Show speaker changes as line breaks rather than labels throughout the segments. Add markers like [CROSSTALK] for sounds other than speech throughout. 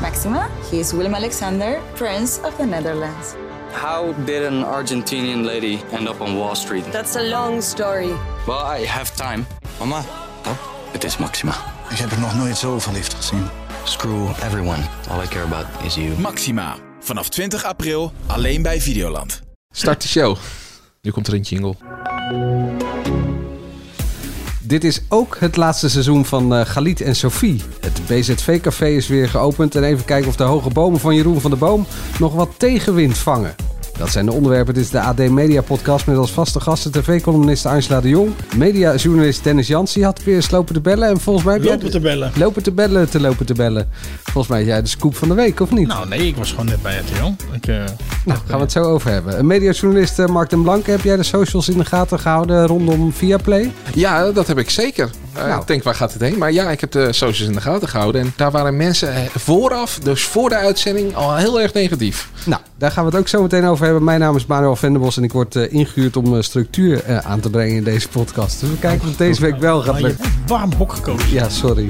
Maxima. He is Willem Alexander, Prince of the Netherlands.
How did an Argentinian lady end up on Wall Street?
That's a long story.
Well, I have time.
Mama,
Het is Maxima.
Ik Dus heb er nog nooit zo verliefd gezien.
Screw everyone. All I care about is you.
Maxima. Vanaf 20 april alleen bij Videoland.
Start de show. Nu komt er een jingle.
Dit is ook het laatste seizoen van eh Galit en Sophie. Het BZV-café is weer geopend en even kijken of de hoge bomen van Jeroen van der Boom nog wat tegenwind vangen. Dat zijn de onderwerpen. Dit is de AD Media Podcast met als vaste gasten tv-columniste Angela de Jong. Mediajournalist Dennis Jansen had weer eens lopen te bellen. En volgens mij heb jij
Lopen te bellen.
Lopen te bellen, te lopen te bellen. Volgens mij had jij de scoop van de week, of niet?
Nou, nee, ik was gewoon net bij RTL. Ik, eh,
Nou, gaan we het zo over hebben. Een Mediajournalist eh, Mark den Blanke, heb jij de socials in de gaten gehouden rondom Viaplay?
Ja, dat heb ik zeker. Eh,
Nou.
Ik denk, waar gaat het heen? Maar ja, ik heb de socials in de gaten gehouden. En daar waren mensen eh, vooraf, dus voor de uitzending, al heel erg negatief.
Nou, daar gaan we het ook zo meteen over hebben. Mijn naam is Manuel Venderbos en ik word eh, ingehuurd om eh, structuur eh, aan te brengen in deze podcast. Dus we kijken of het deze week wel gaat
maar je
lukken.
hebt een warm bok gekozen.
Ja, sorry.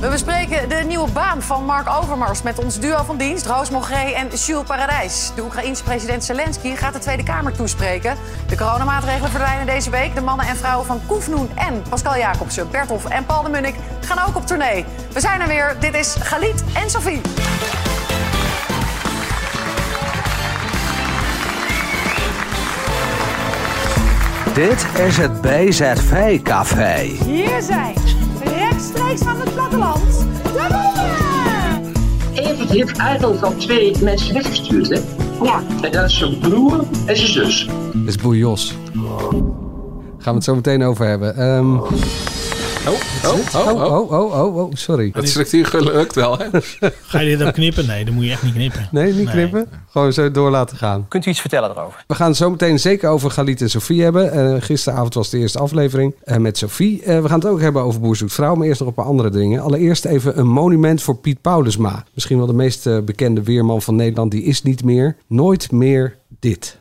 We bespreken de nieuwe baan van Mark Overmars met ons duo van dienst, Roos Mogré en Jules Paradijs. De Oekraïense president Zelensky gaat de Tweede Kamer toespreken. De coronamaatregelen verdwijnen deze week. De mannen en vrouwen van Koefnoen en Pascal Jacobsen, Bertolf en Paul de Munnik gaan ook op tournee. We zijn er weer. Dit is Galit en Sophie.
Dit is het BZV-café.
Hier zijn rechtstreeks van het platteland de mannen.
Evert heeft eigenlijk al twee mensen weggestuurd, hè? Ja. En dat is zijn broer en zijn zus.
Dat is Boer Jos. Gaan we het zo meteen over hebben. Ehm, oh,
Oh, oh,
oh,
oh.
oh, oh, oh, sorry.
Het structuur gelukt wel, hè?
Ga je dit ook knippen? Nee, dat moet je echt niet knippen.
Nee, niet knippen. Gewoon zo door laten gaan.
kunt u iets vertellen daarover?
We gaan het zo meteen zeker over Galit en Sofie hebben. Eh, gisteravond was de eerste aflevering eh, met Sofie. Eh, we gaan het ook hebben over Boer zoekt vrouw, maar eerst nog een paar andere dingen. Allereerst even een monument voor Piet Paulusma. Misschien wel de meest eh, bekende weerman van Nederland. Die is niet meer, nooit meer dit.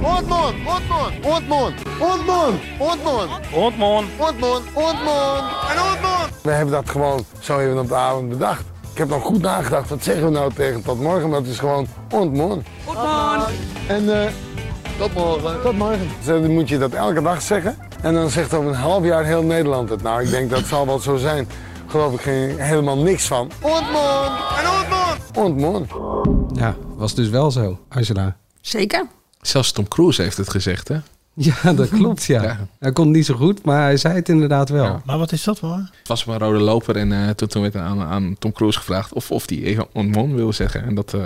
Ontmoen, ontmoen, ontmoen, ontmoen, ontmoen,
Hondmon.
ontmoen, ontmoen en ontmoen. We hebben dat gewoon zo even op de avond bedacht. Ik heb nog goed nagedacht, wat zeggen we nou tegen tot morgen? Maar het is gewoon ontmoen. En eh tot morgen. Tot morgen. Dus dan moet je dat elke dag zeggen. En dan zegt over een half jaar heel Nederland het. Nou, ik denk dat zal wel zo zijn. Geloof ik geen, helemaal niks van. Ontmoen en ontmoen. Ontmoen.
Ja, was dus wel zo, Angela. [LAUGHS]
Zeker.
Zelfs Tom Cruise heeft het gezegd, hè?
Ja, dat klopt, ja.
Ja.
Hij kon het niet zo goed, maar hij zei het inderdaad wel.
Ja.
Maar wat is dat voor?
Het was op een rode loper en eh, toen, toen werd aan, aan Tom Cruise gevraagd of, of hij even ontmon wil zeggen. En dat, eh, nou,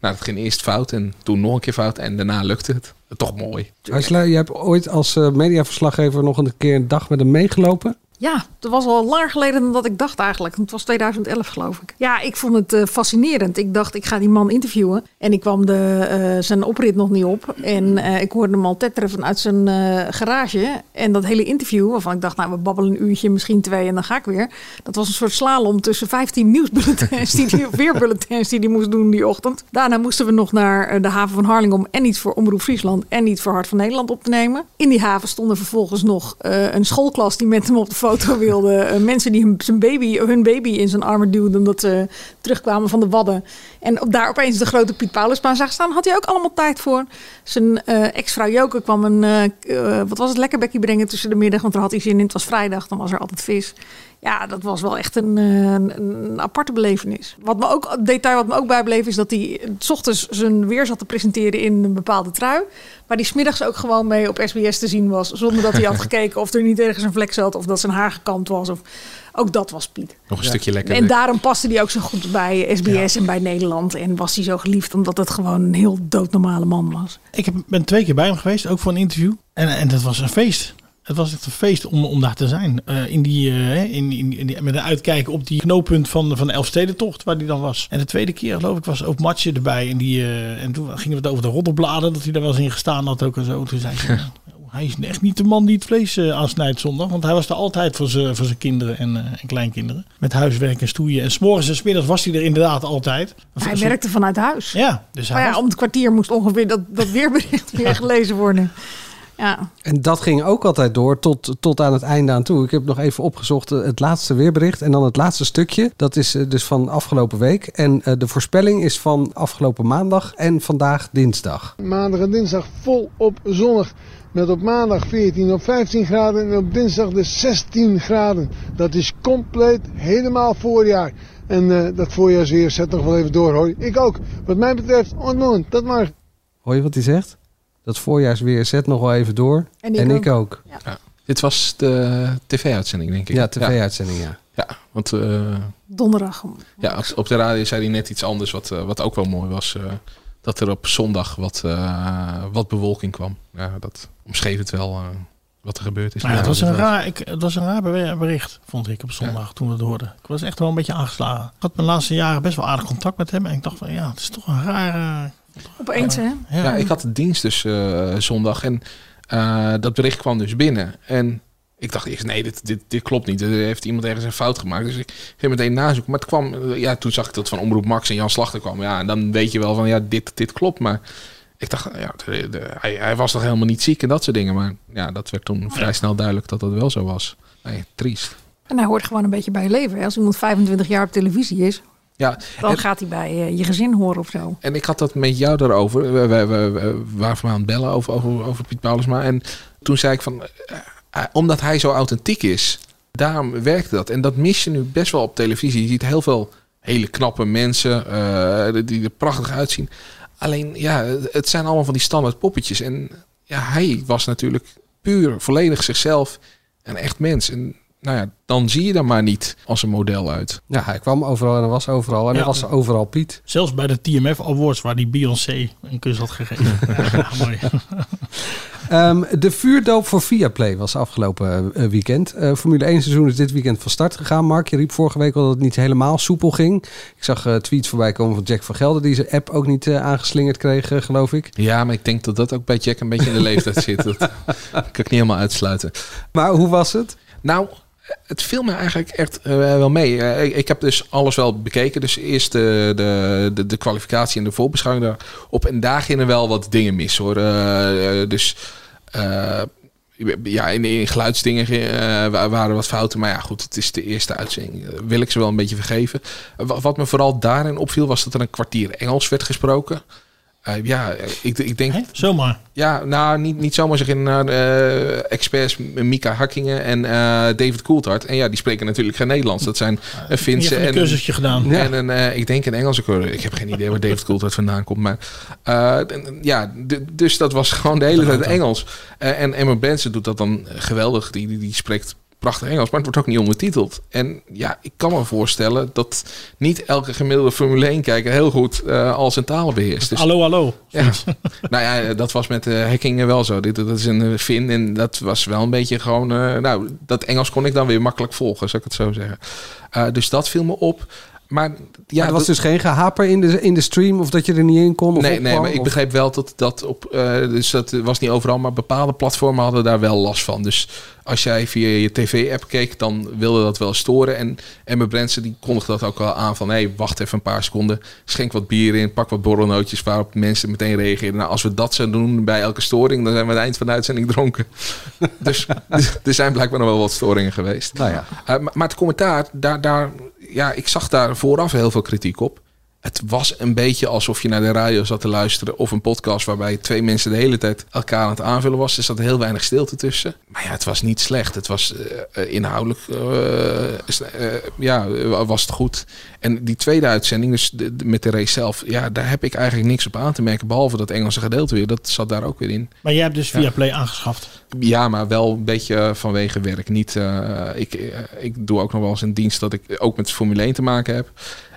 dat ging eerst fout en toen nog een keer fout en daarna lukte het. Toch mooi.
Angela, je hebt ooit als eh, mediaverslaggever nog een keer een dag met hem meegelopen.
Ja, dat was al langer geleden dan dat ik dacht eigenlijk. Het was 2011 geloof ik. Ja, ik vond het eh, fascinerend. Ik dacht, ik ga die man interviewen. En ik kwam de, eh, zijn oprit nog niet op. En eh, ik hoorde hem al tetteren vanuit zijn eh, garage. En dat hele interview, waarvan ik dacht, nou we babbelen een uurtje, misschien twee en dan ga ik weer. Dat was een soort slalom tussen 15 nieuwsbulletins die die, of weerbulletins die die moest doen die ochtend. Daarna moesten we nog naar eh, de haven van Harlingen om en iets voor Omroep Friesland en niet voor Hart van Nederland op te nemen. In die haven stonden vervolgens nog eh, een schoolklas die met hem op de foto wilde. Eh, mensen die hem, zijn baby, hun baby in zijn armen duwden omdat ze terugkwamen van de wadden. En op, daar opeens de grote Piet Paulusbaan zag staan, had hij ook allemaal tijd voor. Zijn eh ex-vrouw Joke kwam een, eh, eh, wat was het, lekkerbekkie brengen tussen de middag, want daar had hij zin in. Het was vrijdag, dan was er altijd vis. Ja, dat was wel echt een, eh, een, een aparte belevenis. Wat me ook, het detail wat me ook bijbleef is dat hij eh, 's ochtends zijn weer zat te presenteren in een bepaalde trui. Maar die 's middags ook gewoon mee op SBS te zien was. Zonder dat hij had gekeken of er niet ergens een vlek zat of dat zijn haar gekamd was. Of, ook dat was Piet.
Nog een stukje lekker.
En daarom paste hij ook zo goed bij SBS en bij Nederland. En was hij zo geliefd omdat het gewoon een heel doodnormale man was.
Ik heb, ben twee keer bij hem geweest, ook voor een interview. En, en dat was een feest. Het was echt een feest om, om daar te zijn. Eh, in die, eh, in, in, in die, met een uitkijk op die knooppunt van, van de Elfstedentocht, waar die dan was. En de tweede keer, geloof ik, was ook Matje erbij. En, die, eh, en toen gingen we het over de roddelbladen, dat hij daar wel eens in gestaan had ook en zo. Toen
[LAUGHS]
zei ze, "Nou, hij is echt niet de man die het vlees eh, aansnijdt zondag. Want hij was er altijd voor zijn voor zijn kinderen en, eh, en kleinkinderen. Met huiswerk en stoeien. En s'morgens en s'middags was hij er inderdaad altijd.
Hij werkte vanuit huis.
Ja, dus hij
Maar ja,
was-
[LAUGHS] om het kwartier moest ongeveer dat, dat weerbericht weer gelezen worden. Ja.
En dat ging ook altijd door tot, tot aan het einde aan toe. Ik heb nog even opgezocht eh, het laatste weerbericht. En dan het laatste stukje. Dat is eh, dus van afgelopen week. En eh, de voorspelling is van afgelopen maandag en vandaag dinsdag.
Maandag en dinsdag volop zonnig. Met op maandag 14 of 15 graden en op dinsdag de 16 graden. Dat is compleet helemaal voorjaar. En eh, dat voorjaarsweer zet nog wel even door hoor. Ik ook. Wat mij betreft, ontmoet, dat maar.
Hoor je wat hij zegt? Dat voorjaarsweer zet nog wel even door.
En ik ook.
ook.
Dit was de eh, tv-uitzending, denk ik.
Ja, tv-uitzending, ja.
Ja, want eh,
Donderdag. om-
ja, als- op de radio zei hij net iets anders, wat, eh, wat ook wel mooi was. eh, dat er op zondag wat, eh, wat bewolking kwam. Ja, dat omschreef het wel eh, wat er gebeurd is.
Maar Nou ja, het,
Ja,
was
dat
een raar, ik, het was een raar bewe- bericht, vond ik op zondag toen we het hoorden. Ik was echt wel een beetje aangeslagen. Ik had mijn laatste jaren best wel aardig contact met hem. En ik dacht van ja, het is toch een rare...
Opeens, hè?
Ja,
Ja, ik had de dienst dus eh, zondag en eh, dat bericht kwam dus binnen. En ik dacht eerst, nee, dit, dit, dit klopt niet. Er heeft iemand ergens een fout gemaakt. Dus ik ging meteen nazoeken. Maar het kwam, eh, ja, toen zag ik dat van Omroep Max en Jan Slachter kwam. Ja, en dan weet je wel van, ja, dit, dit klopt. Maar ik dacht, ja, de- de- hij, hij was toch helemaal niet ziek en dat soort dingen. Maar ja, dat werd toen vrij snel duidelijk dat dat wel zo was. Nee, triest.
En hij hoort gewoon een beetje bij je leven. hè. Als iemand 25 jaar op televisie is,
Ja,
dan
en-
gaat hij bij eh, je gezin horen of zo.
En ik had dat met jou daarover. We, we, we, we waren van aan het bellen over, over, over Piet Paulusma. En toen zei ik van... eh, eh, omdat hij zo authentiek is, daarom werkte dat. En dat mis je nu best wel op televisie. Je ziet heel veel hele knappe mensen eh, die er prachtig uitzien. Alleen, ja, het zijn allemaal van die standaard poppetjes. En ja, hij was natuurlijk puur, volledig zichzelf en echt mens. En nou ja, dan zie je er maar niet als een model uit.
Ja, hij kwam overal en hij was overal. En hij
Ja.
was overal Piet.
Zelfs bij de TMF Awards waar die Beyoncé een kus had gegeven. ja, mooi.
Ehm, de vuurdoop voor Viaplay was afgelopen eh, weekend. Eh, Formule 1 seizoen is dit weekend van start gegaan. Mark, je riep vorige week al dat het niet helemaal soepel ging. Ik zag eh, tweets voorbij komen van Jack van Gelder... die zijn app ook niet eh, aangeslingerd kreeg, eh, geloof ik.
Ja, maar ik denk dat dat ook bij Jack een beetje in de leeftijd zit. Dat kan ik niet helemaal uitsluiten.
Maar hoe was het?
Nou, het viel me eigenlijk echt eh, wel mee. Eh, ik, ik heb dus alles wel bekeken. Dus eerst de, de, de, de kwalificatie en de voorbeschouwing daarop. En daar gingen wel wat dingen mis hoor. Eh, eh, dus eh, ja, in, in geluidsdingen eh, wa- waren wat fouten. Maar ja, goed, het is de eerste uitzending. Eh, Wil ik ze wel een beetje vergeven. Eh, wa- wat me vooral daarin opviel was dat er een kwartier Engels werd gesproken. Eh, ja, eh, ik, [LAUGHS] ik denk
Hè? Zomaar.
ja, nou, niet, niet zomaar zeggen naar eh, experts Mika Hakkingen en eh, David Coulthard. En ja, die spreken natuurlijk geen Nederlands. Dat zijn een
Die
Finse
heeft een
en een,
cursusje gedaan.
en een eh, ik denk een Engelse coureur. Ik heb geen idee waar David Coulthard vandaan komt. Maar eh, d- d- ja, d- dus dat was gewoon de hele tijd Engels. Eh, en Emma Benson doet dat dan geweldig. Die, die, die spreekt prachtig Engels, maar het wordt ook niet ondertiteld. En ja, ik kan me voorstellen dat niet elke gemiddelde Formule 1-kijker heel goed eh, al zijn talen beheerst. Dus
Hallo, hallo.
ja. [LAUGHS] nou ja, dat was met eh Hekkingen wel zo. Dit, dat is een eh, Fin en dat was wel een beetje gewoon... eh, nou, dat Engels kon ik dan weer makkelijk volgen, zou ik het zo zeggen. Eh, dus dat viel me op. Maar ja,
Ja, er was
dat-
dus geen gehaper in de, in de stream... of dat je er niet in kon of
Nee,
opkwam,
nee, maar ik
of-
begreep wel dat dat op. eh, dus dat was niet overal, maar bepaalde platformen hadden daar wel last van. Dus als jij via je tv-app keek, dan wilde dat wel storen. En Emma Brensen die kondigde dat ook wel aan van: hé, hey, wacht even een paar seconden. Schenk wat bier in, pak wat borrelnootjes. Waarop mensen meteen reageren. Nou, als we dat zouden doen bij elke storing, dan zijn we aan het eind van de uitzending dronken. [LAUGHS] dus er zijn blijkbaar nog wel wat storingen geweest.
Nou ja.
Eh, maar, maar het commentaar, daar, daar, ja, ik zag daar vooraf heel veel kritiek op. Het was een beetje alsof je naar de radio zat te luisteren of een podcast waarbij twee mensen de hele tijd elkaar aan het aanvullen was. Er zat heel weinig stilte tussen. Maar ja, het was niet slecht. Het was eh, eh, inhoudelijk, eh, is- eh, ja, eh, was het goed. En die tweede uitzending, dus de- de- met de race zelf, ja, daar heb ik eigenlijk niks op aan te merken. Behalve dat Engelse gedeelte weer, dat zat daar ook weer in.
Maar jij hebt dus via Play aangeschaft.
Ja, maar wel een beetje vanwege werk. Niet, eh, ik, eh, ik doe ook nog wel eens een dienst dat ik ook met Formule 1 te maken heb.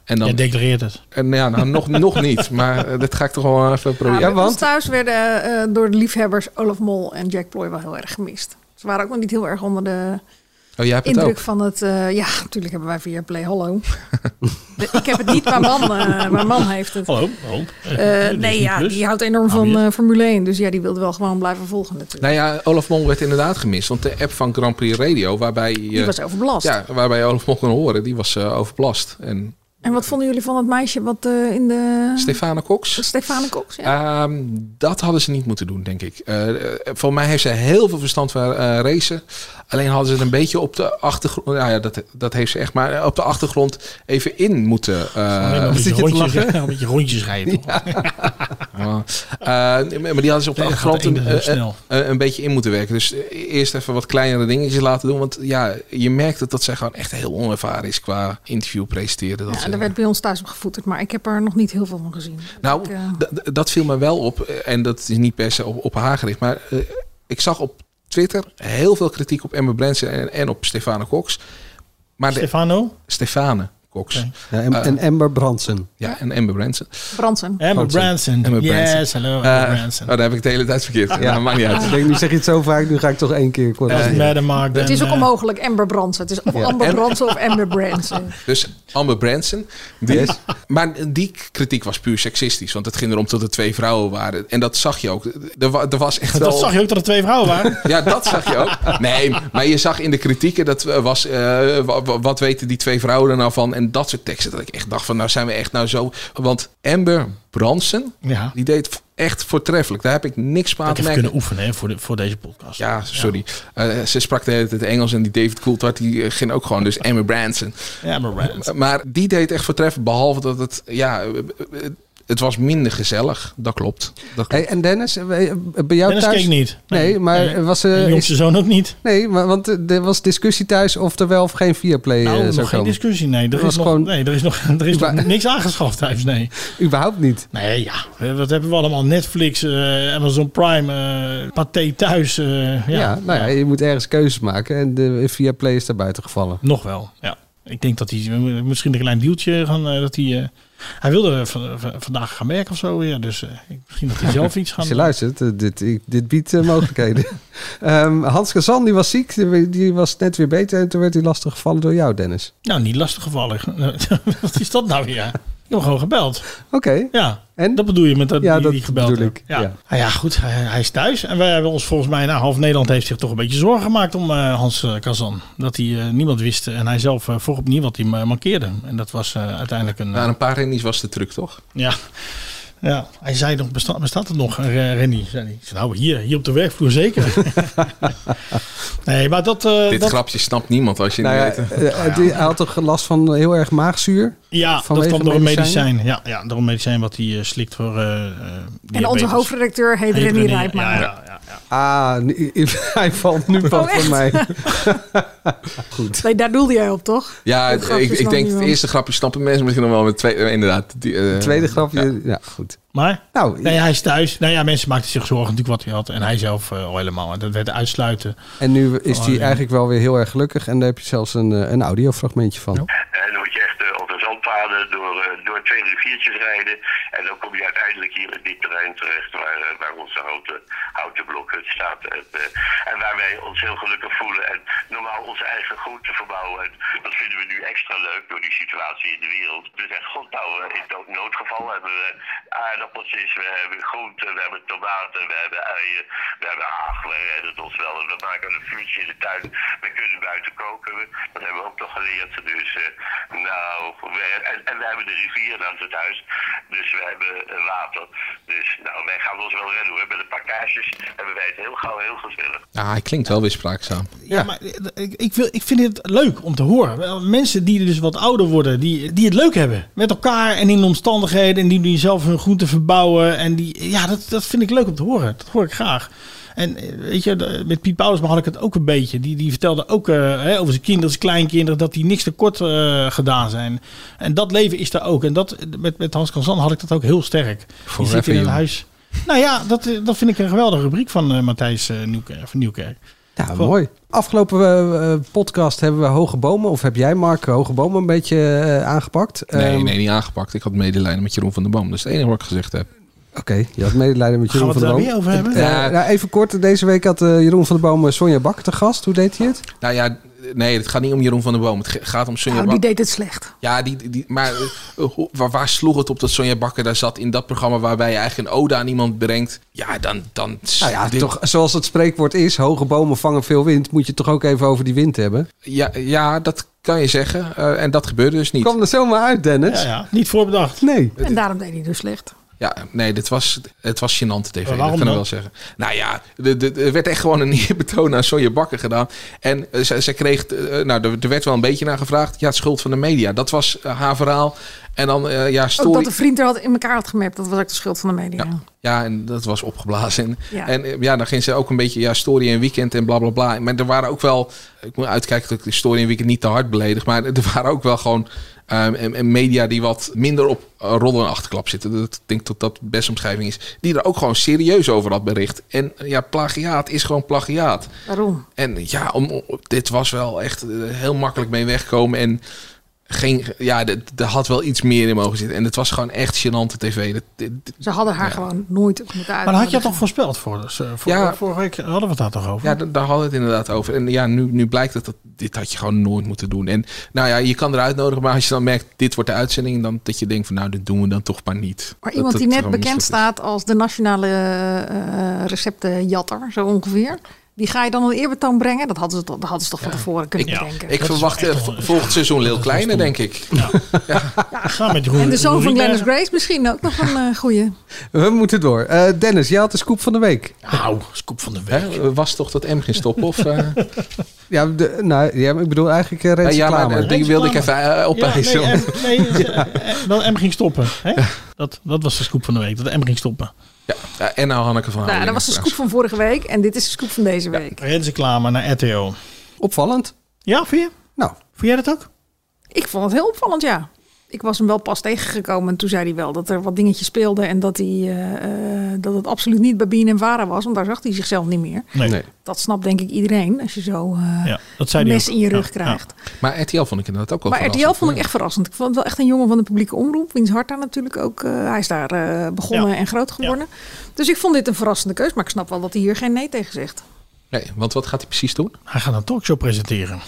En dan,
Jij declareert het.
en, nou ja, nou, nog, [LAUGHS] nog niet, maar eh, dat ga ik toch wel even proberen.
Ja,
want-
want... Nou, thuis werden eh, door de liefhebbers Olaf Mol en Jack Ploy wel heel erg gemist. Ze waren ook nog niet heel erg onder de
oh, jij hebt het
indruk
ook.
van het... eh, ja, natuurlijk hebben wij via Play Hollow. [LAUGHS] ik heb het niet, mijn man, eh, mijn man heeft het.
Hallo. hallo.
Eh,
Eh, dit is
nee,
een
ja,
plus.
die houdt enorm van
Abonneer.
eh, Formule 1. Dus ja, die wilde wel gewoon blijven volgen natuurlijk.
Nou ja, Olaf Mol werd inderdaad gemist. Want de app van Grand Prix Radio, waarbij,
die
eh,
was overbelast.
ja, waarbij je Olaf Mol kon horen, die was eh, overbelast. En
En wat vonden jullie van het meisje wat eh, in de...
Stefane Cox.
Stefane Cox,
Ah,
ja.
Ehm, dat hadden ze niet moeten doen, denk ik. Eh eh, voor mij heeft ze heel veel verstand van eh, racen. Alleen hadden ze het een beetje op de achtergrond. Nou ja, dat, dat heeft ze echt maar eh, op de achtergrond even in moeten. eh,
Alleen maar met
zit
je
je te
rondjes,
lachen?
ja, met je rondjes rijden. toch?
eh, maar die hadden ze op de
Nee, dat
achtergrond
gaat
een,
inderdaad
eh,
snel.
eh, een beetje in moeten werken. Dus eh, eerst even wat kleinere dingetjes laten doen. Want ja, je merkt het dat zij gewoon echt heel onervaren is qua interview presenteren. Dat
Ja,
ze-
daar werd bij ons thuis op gevoeterd, maar ik heb er nog niet heel veel van gezien.
Nou,
Ik, eh,
d- d- dat viel me wel op. eh, En dat is niet per se op, op haar gericht. Maar eh, ik zag op Twitter heel veel kritiek op Emma Branson en, en op Stefane Cox. Maar de,
Stefano?
Stefane Cox.
Oké.
Ja, en, en Amber Bransen.
Ja, en Emma Branson.
Bransen.
Amber
Branson.
Branson.
Amber Branson.
Yes, hello
Eh,
Amber Branson.
oh, daar heb ik de hele
[LAUGHS]
tijd verkeerd. Ja,
Ja.
maakt niet uit.
Ik
Ah.
denk, nu zeg je het zo vaak, nu ga ik toch één keer
Als het
corrigeren.
Madden maakt,
Het is
dan,
ook
eh,
onmogelijk Amber Bransen. Het is of Amber
En-
Bransen of Amber
[LAUGHS]
Bransen.
Dus Amber Branson. Die, Maar die kritiek was puur seksistisch. Want het ging erom dat er twee vrouwen waren. En dat zag je ook. Er, wa- er was echt wel...
Dat zag je ook dat er twee vrouwen waren.
Ja, dat zag je ook. Nee, maar je zag in de kritieken dat eh, was. eh, wa- wa- wat weten die twee vrouwen er nou van? En dat soort teksten. Dat ik echt dacht van, nou zijn we echt nou zo. Want Amber Bransen,
Ja.
die deed v- echt voortreffelijk. Daar heb ik niks van aan
Dat
te
even
merken.
kunnen oefenen hè, voor, de, voor deze podcast.
Ja, sorry. Eh, ze sprak de hele tijd Engels en die David Coulthard die eh, ging ook gewoon. Dus Amber Branson.
Ja, Amber Branson.
Maar die deed echt voortreffelijk. Behalve dat het, ja, eh, eh, het was minder gezellig. Dat klopt. Dat klopt.
Hey, en Dennis, eh, bij jou
Dennis
thuis?
keek niet.
Nee, maar was
Mijn
eh
jongste
is-
zoon ook niet.
Nee, maar, want eh, er was discussie thuis of er wel of geen Viaplay
Nou,
play
nog
zou
geen
komen.
discussie. Nee, er
Dat
is,
was
nog,
gewoon-
nee, er is, nog, er is nog
Maar-
niks aangeschaft thuis. Nee.
Überhaupt niet.
nee, ja. Eh, Wat hebben we allemaal? Netflix, eh, Amazon Prime, eh Pathé thuis. eh,
Ja,
ja.
nou ja, je moet ergens keuzes maken en de Viaplay is daar buiten gevallen.
Nog wel, ja. Ik denk dat hij eh, misschien een klein deeltje gaan. eh, dat hij, eh, hij wilde eh, van- van- vandaag gaan werken of zo weer. Dus eh, ik- misschien dat
[LAUGHS]
hij zelf iets
Als
gaat
je luistert, eh, dit, ik- dit biedt eh, mogelijkheden. Ehm, Hans Kazan, die was ziek, die- die was net weer beter en toen werd hij lastig gevallen door jou, Dennis.
Nou, niet lastiggevallig. [LAUGHS] Wat is dat nou weer? Ik heb gewoon gebeld.
Oké,
Ja.
En?
Dat bedoel je met dat,
Ja,
die,
dat
die gebeld
bedoel
heb.
ik,
Ja.
ja.
Ah ja, goed. Hij, hij is thuis. En wij hebben ons volgens mij... Nou, half Nederland heeft zich toch een beetje zorgen gemaakt om eh, Hans eh, Kazan. Dat hij eh, niemand wist. En hij zelf eh, vroeg opnieuw wat hij eh, mankeerde. En dat was eh, uiteindelijk een...
Na een paar rennies was de truc, toch?
Ja. Ja, hij zei nog, bestaat, bestaat het nog, eh, Rennie? Zei hij. Ik zei, nou, hier, hier op de werkvloer
[LAUGHS]
zeker. nee, maar dat... eh,
Dit
dat
grapje snapt niemand als je
nou
niet
ja,
weet.
eh, eh, die- hij had toch last van heel erg maagzuur?
ja, dat
vanwege
kwam door een
medicijnen?
medicijn. Ja, ja, door een medicijn wat hij eh, slikt voor eh, eh,
En
diabetes.
onze hoofdredacteur heet
Heet
René
Rennie,
Rijpma.
Ja, ja, ja, ja.
Ah, nu- [LAUGHS] hij valt nu pas
echt?
van mij.
Nee, daar doelde jij op, toch?
Ja,
Dat
ik,
grapje
ik
snap
denk het
niemand.
eerste grapje snappen mensen misschien nog wel met twee. eh, Inderdaad. Die, eh,
Tweede grapje, ja, goed.
Maar?
Nou,
Nee, hij is thuis. Nou ja, mensen maakten zich zorgen natuurlijk wat hij had. En hij zelf eh, al helemaal. En dat werd uitsluiten.
En nu is
Oh,
hij
ja.
eigenlijk wel weer heel erg gelukkig. En daar heb je zelfs een, eh, een audiofragmentje van.
En dan moet je echt eh, op de zandpaden door, eh, door twee riviertjes rijden. En dan kom je uiteindelijk hier in dit terrein terecht waar, eh, waar onze houten, houten blokhut staat. En, eh, en waar wij ons heel gelukkig voelen. En normaal onze eigen groenten verbouwen. En dat vinden we nu extra leuk door die situatie in de wereld. Dus echt, god nou, eh, in nood- noodgeval hebben we aardappeltjes, we hebben groenten, we hebben tomaten, we hebben uien. We hebben aag, we redden het ons wel. En we maken een vuurtje in de tuin. We kunnen buiten koken. We- Dat hebben we ook nog geleerd. Dus eh, nou, we, en, en we hebben de rivier naast het huis. Dus we hebben eh, water. Dus nou, wij gaan ons wel redden hoor. Met de pakkages hebben wij het heel gauw heel gezellig.
Ja, hij klinkt wel weer spraakzaam.
Ja, maar eh, ik, ik, wil, ik vind het leuk om te horen. Wel, Mensen die dus wat ouder worden, die, die het leuk hebben. Met elkaar en in de omstandigheden. En die, die zelf hun groenten verbouwen. En die, eh, ja, dat, dat vind ik leuk om te horen. Dat hoor ik graag. En eh, weet je, de- met Piet Paulusma had ik het ook een beetje. Die, die vertelde ook eh, hè, over zijn kinderen, zijn kleinkinderen, dat die niks tekort eh, gedaan zijn. En dat leven is daar ook. En dat, eh, met, met Hans Kansan had ik dat ook heel sterk. Je zit
Forever
in een
young.
huis. Nou ja, dat, eh, dat vind ik een geweldige rubriek van eh, Matthijs eh, Nieuwkerk, van Nieuwkerk.
Ja, Nou, mooi. Afgelopen eh, eh, podcast hebben we Hoge Bomen. Of heb jij, Mark, Hoge Bomen een beetje eh, aangepakt?
Nee,
Ehm,
nee, niet aangepakt. Ik had medelijden met Jeroen van der Boom. Dat is het enige wat ik gezegd heb.
Oké, je had medelijden met
Gaan
Jeroen
we
van
het
der
daar
Boom.
weer over hebben?
Eh, nou, even kort, deze week had eh, Jeroen van der Boom eh, Sonja Bak te gast. Hoe deed hij het?
Nou ja, Nee, het gaat niet om Jeroen van der Boom. Het ge- gaat om Sonja
Nou, die
Bak-
deed het slecht.
Ja, die, die, maar eh, hoe- waar, waar sloeg het op dat Sonja Bakker daar zat in dat programma waarbij je eigenlijk een ode aan iemand brengt? Ja, dan... dan
Nou ja,
dit-
toch, zoals het spreekwoord is, hoge bomen vangen veel wind. Moet je het toch ook even over die wind hebben.
ja, ja, dat kan je zeggen. Eh, en dat gebeurde dus niet.
Kwam er zomaar uit, Dennis?
Ja, ja, niet voorbedacht.
Nee.
En daarom deed hij dus slecht.
Ja, nee, dit was, het was gênante tv, dat
waarom
kan ik
dan?
wel zeggen. Nou ja, de- de- er werd echt gewoon een [LAUGHS] eerbetoon aan Sonja Bakker gedaan. En eh, ze, ze kreeg, eh, nou, er, er werd wel een beetje naar gevraagd. Ja, het schuld van de media. Dat was eh, haar verhaal. En dan, eh, ja,
Ook
story...
dat de vriend er had in elkaar had gemapt. Dat was ook de schuld van de media.
Ja. Ja, en dat was opgeblazen.
Ja.
En eh, ja, dan ging ze ook een beetje, ja, story en weekend en bla bla bla. Maar er waren ook wel, ik moet uitkijken dat ik de story en weekend niet te hard beledig. Maar er waren ook wel gewoon ehm, en, en media die wat minder op eh, roddel en achterklap zitten. Dat ik denk dat dat best omschrijving is. Die er ook gewoon serieus over had bericht. En eh, ja, plagiaat is gewoon plagiaat.
Waarom?
En eh, ja, om, om- dit was wel echt eh, heel makkelijk mee wegkomen. En geen, ja, er er had wel iets meer in mogen zitten. En het was gewoon echt gênante tv. Dat- dit- dit-
Ze hadden haar gewoon nooit moeten uitnodigen.
Maar dat had je toch voorspeld voor? Dus, eh, voor
Ja.
Vorige week hadden we het daar toch over?
Ja, da- daar hadden we het inderdaad over. En ja, nu, nu blijkt dat, dat dit had je gewoon nooit moeten doen. En nou ja, je kan eruit nodigen, maar als je dan merkt, dit wordt de uitzending, dan dat je denkt van nou, dit doen we dan toch maar niet.
Maar
Dat
iemand
het
die net
gewoon
bekend
misselijk
staat als de nationale eh, receptenjatter, zo ongeveer. Die ga je dan een eerbetoon brengen? Dat hadden ze, toch- dat hadden ze toch van tevoren kunnen
Ja.
bedenken.
is. Ik
Dat is
verwacht
echt
eh,
wel-
vol- volgend
[LAUGHS]
seizoen heel kleine, denk ik.
Ga met Jeroen.
en de zoon van
Jeroen
Glennis
Rietbergen.
Grace misschien ook nog een eh goeie.
We moeten door. Eh, Dennis, jij had de scoop van de week.
Nou, scoop van de week.
Hè, was toch dat M ging stoppen?
[LAUGHS]
Of, eh?
Ja, de, nou, ja maar ik bedoel eigenlijk eh Rens
ja, maar
Klamer.
die wilde ik
Reclame.
even
Ja,
eh,
nee,
opeisen.
M, [LAUGHS] nee, eh, eh, dat M ging stoppen. Hè? Dat, dat was de scoop van de week, dat M ging stoppen.
Ja, eh, en nou Hanneke van
Nou,
Houwelingen
dat was de scoop
trouwens.
van vorige week en dit is de scoop van deze week.
Renseklamer naar RTO.
Opvallend.
Ja, vind je?
Nou,
Vond jij dat ook?
Ik vond het heel opvallend, ja. Ik was hem wel pas tegengekomen en toen zei hij wel dat er wat dingetjes speelden en dat, hij, eh, eh, dat het absoluut niet bij Bien en Vara was, want daar zag hij zichzelf niet meer.
Nee.
Dat snapt denk ik iedereen als je zo eh,
Ja, dat zei
een
hij
mes
ook.
in je rug
Ja,
krijgt.
Maar RTL vond ik inderdaad ook wel
Maar RTL
verrassend.
vond ik echt verrassend. Ik vond het wel echt een jongen van de publieke omroep. Wiens hart daar natuurlijk ook... eh, hij is daar eh, begonnen
Ja.
en groot geworden. Dus ik vond dit een verrassende keus. Maar ik snap wel dat hij hier geen nee tegen zegt.
Nee, want wat gaat hij precies doen?
Hij gaat een talkshow presenteren.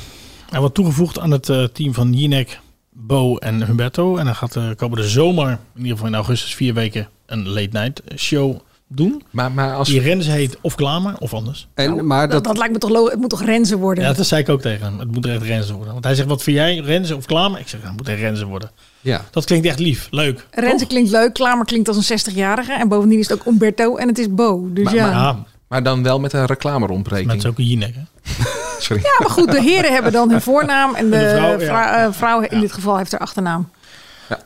Hij wordt toegevoegd aan het eh, team van Jinek, Bo en Humberto. En hij gaat eh komende zomer, in ieder geval in augustus, vier weken een late night show doen.
Maar, maar als...
Die Rens heet of Klamer of anders.
en, maar
Dat,
dat,
dat lijkt me toch... lo- Het moet toch renzen worden?
Ja, dat zei ik ook tegen hem. Het moet echt Renze worden. Want hij zegt, wat vind jij, Renze of Klamer? Ik zeg, nou, het moet echt Renze worden.
ja.
Dat klinkt echt lief, leuk.
Renze klinkt leuk. Klamer klinkt als een 60-jarige. En bovendien is het ook Umberto en het is Bo. Dus ja.
Ja, maar
Maar dan wel met een reclameontbreking.
het is ook een Jinek, hè?
Sorry.
ja, maar goed. De heren hebben dan hun voornaam. En de,
de vrouw, ja.
vrouw, eh, vrouw in
Ja.
dit geval heeft haar achternaam.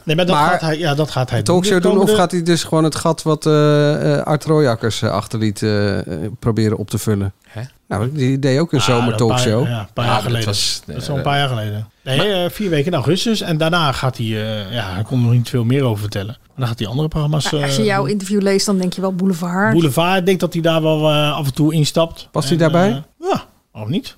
Nee, maar dat
Maar-
gaat hij, ja, dat gaat hij
talkshow
De
doen of
komende-
gaat hij dus gewoon het gat wat eh eh, Art Royakkers eh, achterliet eh, eh, proberen op te vullen?
Hè?
Nou, die deed ook een
Ah,
zomertalkshow.
dat paar- Ja, een paar
Ja,
jaar
maar dat
geleden. Dat,
was-
is
eh,
al een paar jaar geleden. Nee, eh, vier weken in augustus. En daarna gaat hij... eh, ja, hij kon er nog niet veel meer over vertellen. Maar dan gaat hij andere programma's...
Nou, als je
eh,
jouw interview leest, dan denk je wel boulevard.
Boulevard, ik denk dat hij daar wel eh, af en toe instapt.
Past hij
En,
daarbij?
eh, ja, of niet?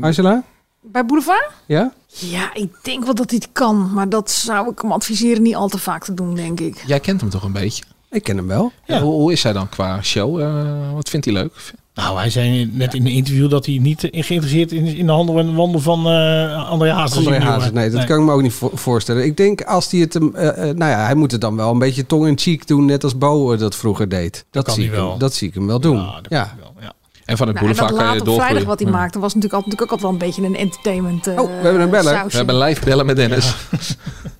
Angela?
Bij boulevard?
Ja?
Ja, ik denk wel dat hij het kan. Maar dat zou ik hem adviseren niet al te vaak te doen, denk ik. Nou,
Jij kent hem toch een beetje?
Ik ken hem wel.
Ja.
Hoe, hoe is hij dan qua show? Eh, wat vindt hij leuk?
Nou, hij zei net in een interview dat hij niet eh, geïnteresseerd is in de handel en wandel van eh André Hazes.
André
is,
Hazes,
jongen.
nee, dat kan ik me ook niet vo- voorstellen. Ik denk als hij het hem, eh, eh, nou ja, hij moet het dan wel een beetje tong in cheek doen, net als Bo eh, dat vroeger deed. Dat,
kan
zie
hij
ik hem,
wel.
dat zie ik hem wel doen. Ja,
Ja, dat kan wel, ja.
En van het
Nou, en dat
boulevard kan
laat
je
op vrijdag wat hij
doorgroeien.
maakte was natuurlijk altijd, natuurlijk ook altijd wel een beetje een entertainment eh,
Oh, we hebben een beller.
We
sausje.
hebben live bellen met Dennis.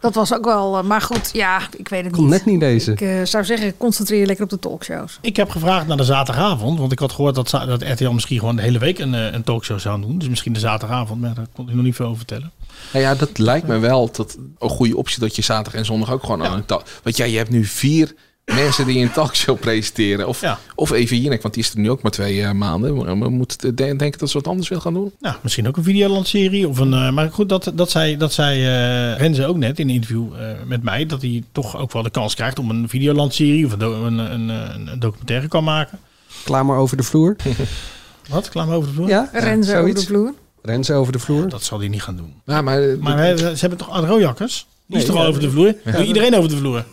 Dat was ook wel, eh, maar goed, ja, ik weet het
kon
niet.
net niet lezen.
Ik eh, zou zeggen, concentreer je lekker op de talkshows.
Ik heb gevraagd naar de zaterdagavond, want ik had gehoord dat, za- dat RTL misschien gewoon de hele week een, eh, een talkshow zou doen. Dus misschien de zaterdagavond, maar daar kon ik nog niet veel over vertellen.
Nou ja, dat lijkt me wel dat een goede optie dat je zaterdag en zondag ook gewoon aan een talk. Want jij, je hebt nu vier mensen die een talkshow presenteren. Of,
Ja.
of even Jinek, want die is er nu ook maar twee eh, maanden. We, we moeten de- denken dat ze wat anders wil gaan doen.
Nou, misschien ook een videolandserie of een... eh, maar goed, dat, dat zei, dat zei eh, Renze ook net in een interview eh, met mij, dat hij toch ook wel de kans krijgt om een videolandserie of een, do- een, een, een- een documentaire kan maken.
Klaar maar over de
[LAUGHS]
vloer.
Wat? Klaar over de vloer?
Ja,
Renzo over de
zoiets.
vloer.
Renze over de vloer.
Dat zal hij niet gaan doen.
Ja, maar, eh,
Maar
dat-
wij- ze hebben toch Adrojakkers? Die is
Nee,
toch al
ja,
over de vloer? Doe iedereen over de vloer?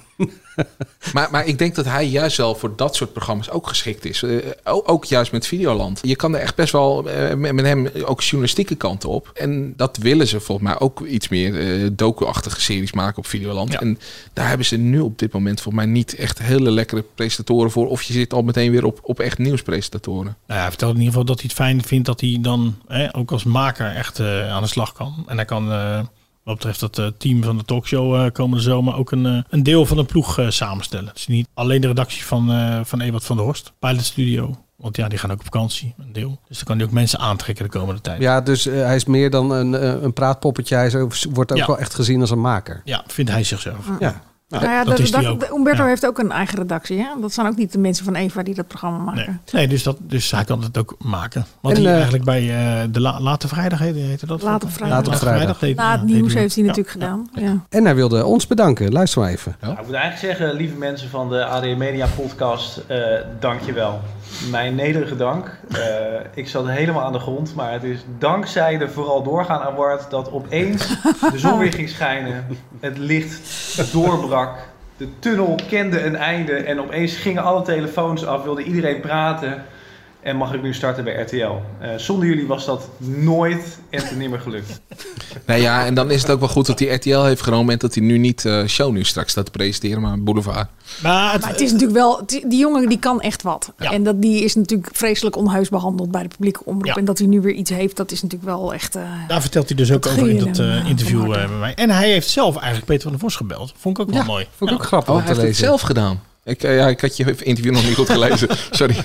Maar, maar ik denk dat hij juist wel voor dat soort programma's ook geschikt is. Eh, o- ook juist met Videoland. Je kan er echt best wel eh, met met hem ook journalistieke kant op. En dat willen ze volgens mij ook iets meer eh docu-achtige series maken op Videoland.
Ja.
En daar hebben ze nu op dit moment volgens mij niet echt hele lekkere presentatoren voor. Of je zit al meteen weer op, op echt nieuwspresentatoren.
Nou ja, hij vertelt in ieder geval dat hij het fijn vindt dat hij dan hè, ook als maker echt eh, aan de slag kan. En hij kan eh, wat betreft dat eh, team van de talkshow eh, komende zomer ook een, eh, een deel van de ploeg eh, samenstellen. Dus niet alleen de redactie van, eh van Ewart van der Horst, Pilot Studio. Want ja, die gaan ook op vakantie, een deel. Dus dan kan hij ook mensen aantrekken de komende tijd.
Ja, dus eh, hij is meer dan een, eh, een praatpoppetje. Hij is ook- wordt ook
Ja.
wel echt gezien als een maker.
Ja, vindt hij zichzelf.
Ja.
nou ja,
dat
de
is die
redac-
ook.
de- Umberto
Ja.
heeft ook een eigen redactie. Hè? Dat zijn ook niet de mensen van Eva die dat programma maken.
Nee, nee dus, dat, dus hij kan het ook maken. Wat
En,
hij
eh,
eigenlijk bij eh, de la- Late Vrijdag heette, heette dat?
Late
Ja,
Vrijdag.
Late Vrijdag.
heette-
Na het
heette
nieuws
die.
heeft hij
Ja.
natuurlijk gedaan. Ja.
En hij wilde ons bedanken. Luister maar even.
Nou, Ik moet eigenlijk zeggen, lieve mensen van de AD Media podcast, eh dankjewel. Mijn nederige dank. Eh, ik zat helemaal aan de grond, maar het is dankzij de Vooral Doorgaan Award dat opeens de zon weer ging schijnen. Het licht doorbrak. De tunnel kende een einde en opeens gingen alle telefoons af, wilde iedereen praten. En mag ik nu starten bij RTL? Eh, zonder jullie was dat nooit en te nimmer gelukt.
Nou ja, en dan is het ook wel goed dat hij RTL heeft genomen. En dat hij nu niet eh show nu straks staat te presenteren, maar Boulevard.
Maar Nou, het,
Maar het is natuurlijk wel, het- die jongen die kan echt wat.
Ja.
En dat, die is natuurlijk vreselijk onheus behandeld bij de publieke omroep.
Ja.
En dat hij nu weer iets heeft, dat is natuurlijk wel echt... eh,
Daar vertelt hij dus ook
Dat
over in
ging
dat
hem,
eh,
eh,
interview
van
eh,
harte.
bij mij. En hij heeft zelf eigenlijk Peter van der Vos gebeld. Vond ik ook wel mooi.
Vond ik
Ja.
ook grappig
Oh,
om
hij
te
heeft het
lezen.
zelf gedaan. Ik, eh, ja, ik had je interview nog niet goed [LAUGHS] gelezen. Sorry.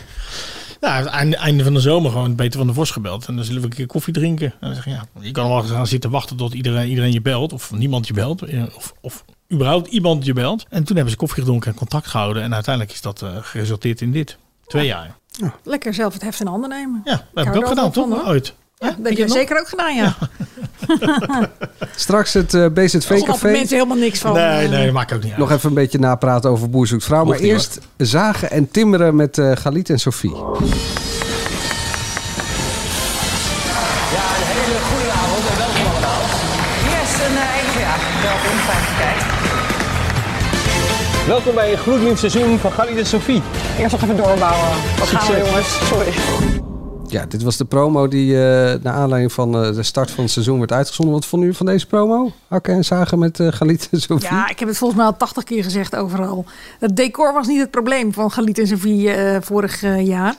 Ja, hij heeft aan het einde van de zomer gewoon Peter van der Vos gebeld. En dan zullen we een keer koffie drinken. En dan zeg je, ja, je kan wel gaan zitten wachten tot iedereen, iedereen je belt. Of niemand je belt. eh, Of, of überhaupt iemand je belt. En toen hebben ze koffie gedronken en contact gehouden. En uiteindelijk is dat eh, geresulteerd in dit. Twee jaar.
Lekker zelf het heft in handen nemen.
Ja, dat heb
hou
ik
er
ook
ook
gedaan,
wel van,
toch?
hoor.
Ooit.
Ja,
Weet
dat
je
heb je
nog?
zeker ook gedaan, ja. Daar
Straks het eh,
snappen
BZV-café.
mensen helemaal niks van.
Nee,
Eh,
nee, dat maakt ook niet uit.
Nog even een beetje napraten over Boer zoekt vrouw. Maar
Hoeft niet,
eerst zagen en timmeren met eh Galit en Sophie.
Yes, en eh, even, ja, welkom, fijn gekijkt.
Welkom bij een gloednieuw seizoen van Galli de Sophie.
Eerst nog even doorbouwen. Wat gaan we, jongens? Sorry.
Ja, dit was de promo die eh, naar aanleiding van eh, de start van het seizoen werd uitgezonden. Wat vond u van deze promo? Hakken en zagen met eh Galit en Sophie.
Ja, ik heb het volgens mij al tachtig keer gezegd overal. Het decor was niet het probleem van Galit en Sofie eh, vorig eh, jaar.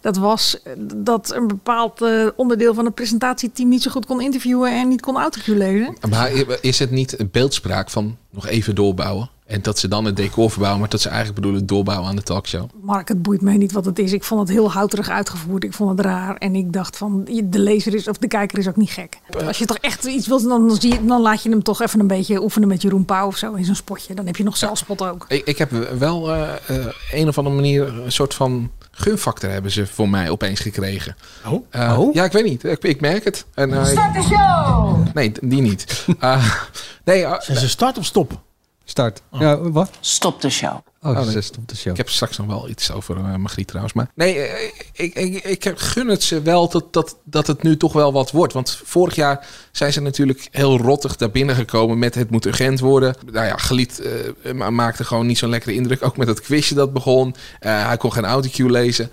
Dat was eh, dat een bepaald eh, onderdeel van het presentatieteam niet zo goed kon interviewen en niet kon autocue lezen.
Maar is het niet een beeldspraak van nog even doorbouwen? En dat ze dan het decor verbouwen, maar dat ze eigenlijk bedoelen doorbouwen aan de talkshow.
Mark, het boeit mij niet wat het is. Ik vond het heel houterig uitgevoerd. Ik vond het raar. En ik dacht van, je- de lezer is of de kijker is ook niet gek.
Eh.
Als je toch echt iets wilt, dan, dan, zie je, dan laat je hem toch even een beetje oefenen met Jeroen Pauw of zo in zo'n spotje. Dan heb je nog zelfspot ook.
Ik, ik heb wel eh, eh, een of andere manier een soort van gunfactor hebben ze voor mij opeens gekregen.
Oh?
Eh, Ja, ik weet niet. Ik, ik merk het. En, eh,
the show!
nee, die niet. Eh, nee, eh,
Zijn ze start of stop?
Start.
Oh.
Ja, wat?
Stop de show.
Oh,
nee.
ze stopt de show.
Ik heb straks nog wel iets over eh Margriet trouwens. Maar nee, eh, ik, ik, ik heb- gun het ze wel dat, dat, dat het nu toch wel wat wordt. Want vorig jaar zijn ze natuurlijk heel rottig daar binnen gekomen met het moet urgent worden. Nou ja, Gelied eh, ma- maakte gewoon niet zo'n lekkere indruk. Ook met dat quizje dat begon. Eh, hij kon geen autocue lezen.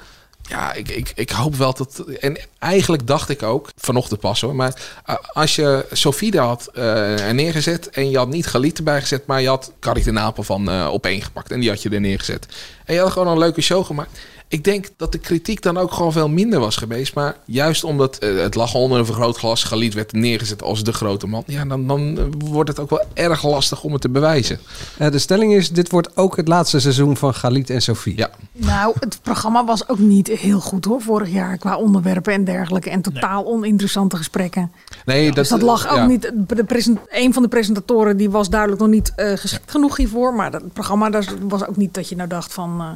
Ja, ik, ik, ik hoop wel dat. En eigenlijk dacht ik ook, vanochtend pas hoor, maar eh, als je Sofie daar had eh, er neergezet en je had niet Galit erbij gezet, maar je had Carrie de Napel van eh opeen gepakt en die had je er neergezet. En je had gewoon een leuke show gemaakt. Ik denk dat de kritiek dan ook gewoon veel minder was geweest. Maar juist omdat eh, het lag onder een vergrootglas, Galit werd neergezet als de grote man. Ja, dan, dan eh, wordt het ook wel erg lastig om het te bewijzen.
Eh, de stelling is, dit wordt ook het laatste seizoen van Galit en Sophie.
Ja,
Nou, het programma was ook niet heel goed hoor, vorig jaar qua onderwerpen en dergelijke. En totaal oninteressante gesprekken.
nee, dat,
Dus
eh,
dat lag ook
ja.
niet. De present, een van de presentatoren die was duidelijk nog niet eh, geschikt genoeg hiervoor. Maar dat, het programma daar was ook niet dat je nou dacht van... eh,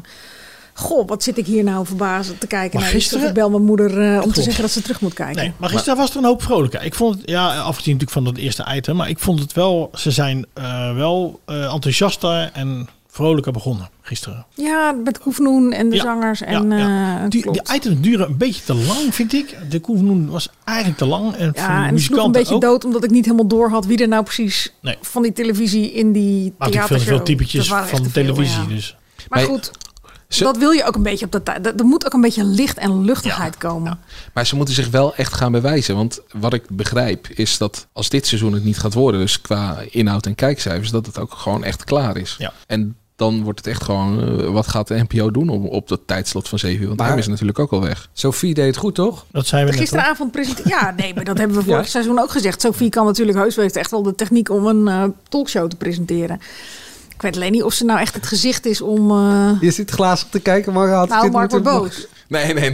goh, wat zit ik hier nou verbaasd te kijken.
Maar
naar iets?
gisteren-
Ik bel mijn moeder eh, om te
Klopt.
zeggen dat ze terug moet kijken.
Nee, maar gisteren was er een hoop vrolijkheid. Ik vond het, ja, afgezien natuurlijk van dat eerste item, maar ik vond het wel, ze zijn eh, wel eh, enthousiaster en vrolijker begonnen gisteren.
Ja, met Koefnoen en de zangers. En, eh,
ja,
ja.
Die, die items duren een beetje te lang, vind ik. De Koevenoen was eigenlijk te lang. En voor de
Ja, en het sloeg
muzikanten
een beetje
ook.
dood omdat ik niet helemaal door had wie er nou precies
Nee.
van die televisie in die
Maar natuurlijk veel,
theatershow.
veel typetjes
Dat waren
van
echt
de
te veel,
televisie.
ja.
dus.
Maar
Maar-
goed,
Ze-
dat wil je ook een beetje op de tijd. Er er moet ook een beetje licht en luchtigheid komen.
Maar ze moeten zich wel echt gaan bewijzen. Want wat ik begrijp is dat als dit seizoen het niet gaat worden, dus qua inhoud en kijkcijfers, dat het ook gewoon echt klaar is.
Ja.
En dan wordt het echt gewoon, eh, wat gaat de NPO doen op, op dat tijdslot van 7 uur? Want
Maar-
hij is natuurlijk ook al weg.
Sophie deed het goed, toch?
Dat zijn we net. hoor.
Gisteravond presenteerde... Ja, nee, maar dat
[LAUGHS]
hebben we vorig seizoen ook gezegd. Sophie kan natuurlijk heus wel heeft echt wel de techniek om een eh, talkshow te presenteren. Ik weet alleen niet of ze nou echt het gezicht is om... eh,
Je zit glazig te kijken, maar had
nou,
dit
Mark wordt
moeten-
boos.
Nee, nee, nee.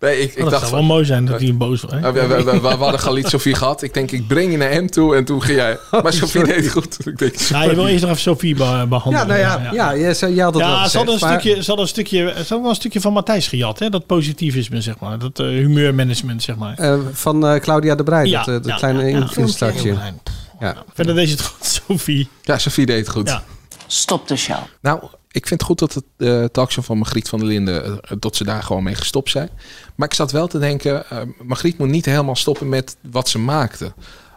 nee ik,
Maar Oh, dat
ik dacht Oh,
zou wel mooi zijn dat hij boos
Oh,
was. hè?
We, we, we, we- we hadden Galit Sofie gehad. Ik denk, ik breng je naar hem toe. En toen
[LAUGHS]
ging jij. Maar Sofie deed het goed. Ik denk,
Nou, Oh, je wil eerst nog even Sophie be-
Ja,
behandelen.
nou ja, ja. jij zei- jij had het wel
Ja, ze
gezegd,
hadden, een
maar-
stukje, ze, hadden een stukje, ze hadden wel een stukje van Matthijs gejat. Hè? Dat positivisme, zeg maar. Dat eh, humeurmanagement, zeg maar.
Eh, van eh, Claudia de Breij, dat, eh, dat
ja,
kleine
ja, ja.
infiltratie.
Heel
Ja,
klein. Verder deze het goed, [LAUGHS] Sophie.
ja, Sofie deed het goed.
Ja.
Stop de show.
Nou, ik vind het goed dat het eh talkshow van Margriet van der Linden... eh, dat ze daar gewoon mee gestopt zijn. Maar ik zat wel te denken... eh, Margriet moet niet helemaal stoppen met wat ze maakte.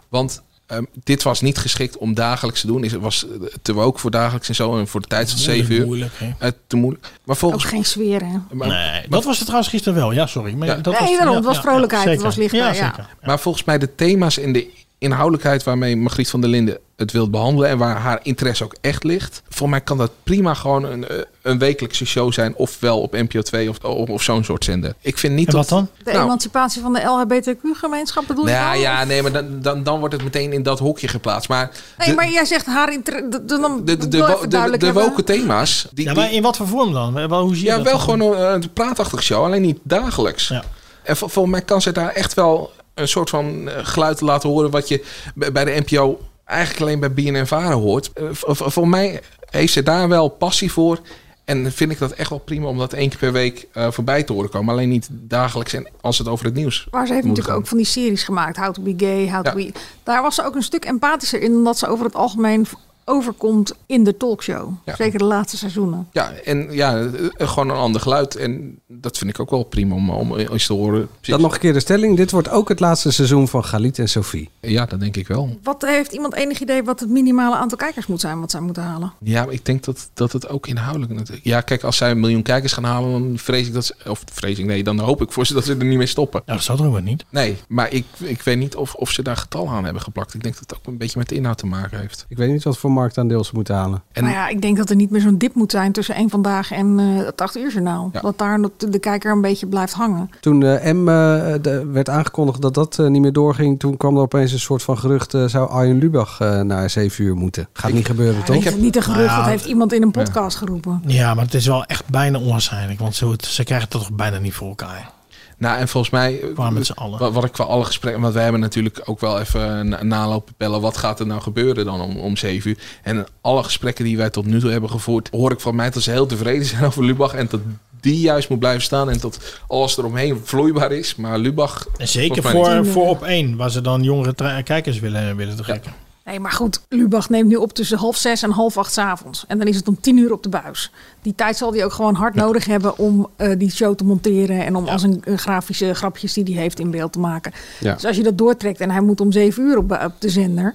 Want... eh, dit was niet geschikt om dagelijks te doen. Is- Het was eh, te woke voor dagelijks en zo. En voor de tijd tot 7 uur.
Moeilijk, hè?
Eh, te moeilijk. Maar
Ook
volgens
geen sfeer, hè?
maar-
Nee, dat was het trouwens gisteren wel. Ja, sorry. Maar
Ja.
dat
Nee, daarom, het was vrolijkheid, het
zeker.
was lichter, ja.
zeker.
Maar volgens mij de thema's en de inhoudelijkheid waarmee Margriet van der Linden het wil behandelen en waar haar interesse ook echt ligt. Volgens mij kan dat prima gewoon een, eh, een wekelijkse show zijn, ofwel op NPO 2 of, of, of zo'n soort zender. Ik vind niet
En wat
dat.
dan?
De
Nou.
emancipatie van de LHBTQ-gemeenschap bedoel je
Nou
dan?
ja, nee, maar dan, dan, dan wordt het meteen in dat hokje geplaatst. Maar
Nee, maar jij zegt haar... inter- d- d- Dan
de, de, de,
wil
wo-
even
de,
duidelijk
de
hebben.
woke thema's. Die,
Ja, maar
die-
in wat voor vorm dan? Eh, wel, Hoe zie je
ja,
dat
wel
dan?
gewoon een, een praatachtige show, alleen niet dagelijks.
Ja.
En vol- volgens mij kan ze daar echt wel een soort van eh, geluid laten horen... wat je b- bij de NPO eigenlijk alleen bij BNN Varen hoort. Eh, v- v- Volgens mij heeft ze daar wel passie voor. En vind ik dat echt wel prima om dat één keer per week eh, voorbij te horen komen. Alleen niet dagelijks en als het over het nieuws
Maar ze heeft
moet
natuurlijk ook
gaan.
van die series gemaakt. How to be gay, how to
Ja.
be... Daar was ze ook een stuk empathischer in... dan dat ze over het algemeen overkomt in de talkshow.
Ja.
Zeker de laatste seizoenen.
Ja, en ja, eh, gewoon een ander geluid. En dat vind ik ook wel prima om, om eens te horen.
Dat nog een keer de stelling. Dit wordt ook het laatste seizoen van Galit en Sophie.
Ja, dat denk ik wel.
Wat heeft iemand enig idee wat het minimale aantal kijkers moet zijn... wat zij moeten halen?
Ja, maar ik denk dat, dat het ook inhoudelijk natuurlijk. Ja, kijk, als zij een miljoen kijkers gaan halen, dan vrees ik dat ze. Of vrees ik, nee, dan hoop ik voor ze dat ze er niet mee stoppen.
Nou, dat zou er ook wel niet.
Nee, maar ik, ik weet niet of, of ze daar getal aan hebben geplakt. Ik denk dat het ook een beetje met de inhoud te maken heeft.
Ik weet niet wat voor marktaandeel ze moeten halen.
En-
Maar Nou ja, ik denk dat er niet meer zo'n dip moet zijn... tussen één vandaag en eh, het acht uur journaal.
Ja.
Dat daar de, de kijker een beetje blijft hangen.
Toen eh, M eh, de- werd aangekondigd dat dat eh, niet meer doorging, toen kwam er opeens een soort van gerucht: eh, zou Arjen Lubach eh, naar 7 uur moeten? Gaat niet gebeuren,
Ik
toch?
heb niet een gerucht,
Nou ja,
dat heeft iemand in een podcast geroepen.
Ja, maar het is wel echt bijna onwaarschijnlijk. Want ze, ze krijgen het toch bijna niet voor elkaar.
Nou, en volgens mij. eh,
Qua met z'n allen.
Wat, wat ik qua alle gesprekken. Want wij hebben natuurlijk ook wel even na- nalopen bellen. Wat gaat er nou gebeuren dan om, om 7 uur? En alle gesprekken die wij tot nu toe hebben gevoerd. hoor ik van mij dat ze heel tevreden zijn [LAUGHS] over Lubach. En dat die juist moet blijven staan. En dat alles eromheen vloeibaar is. Maar Lubach.
En
volgens
zeker
mij
voor,
niet.
voor op één, waar ze dan jongere tra- kijkers willen, willen trekken.
Nee, maar goed, Lubach neemt nu op tussen half zes en half acht 's avonds. En dan is het om tien uur op de buis. Die tijd zal hij ook gewoon hard nodig hebben om eh, die show te monteren. En om als een, een grafische grapjes die hij heeft in beeld te maken.
Ja.
Dus als je dat doortrekt en hij moet om zeven uur op, op de zender.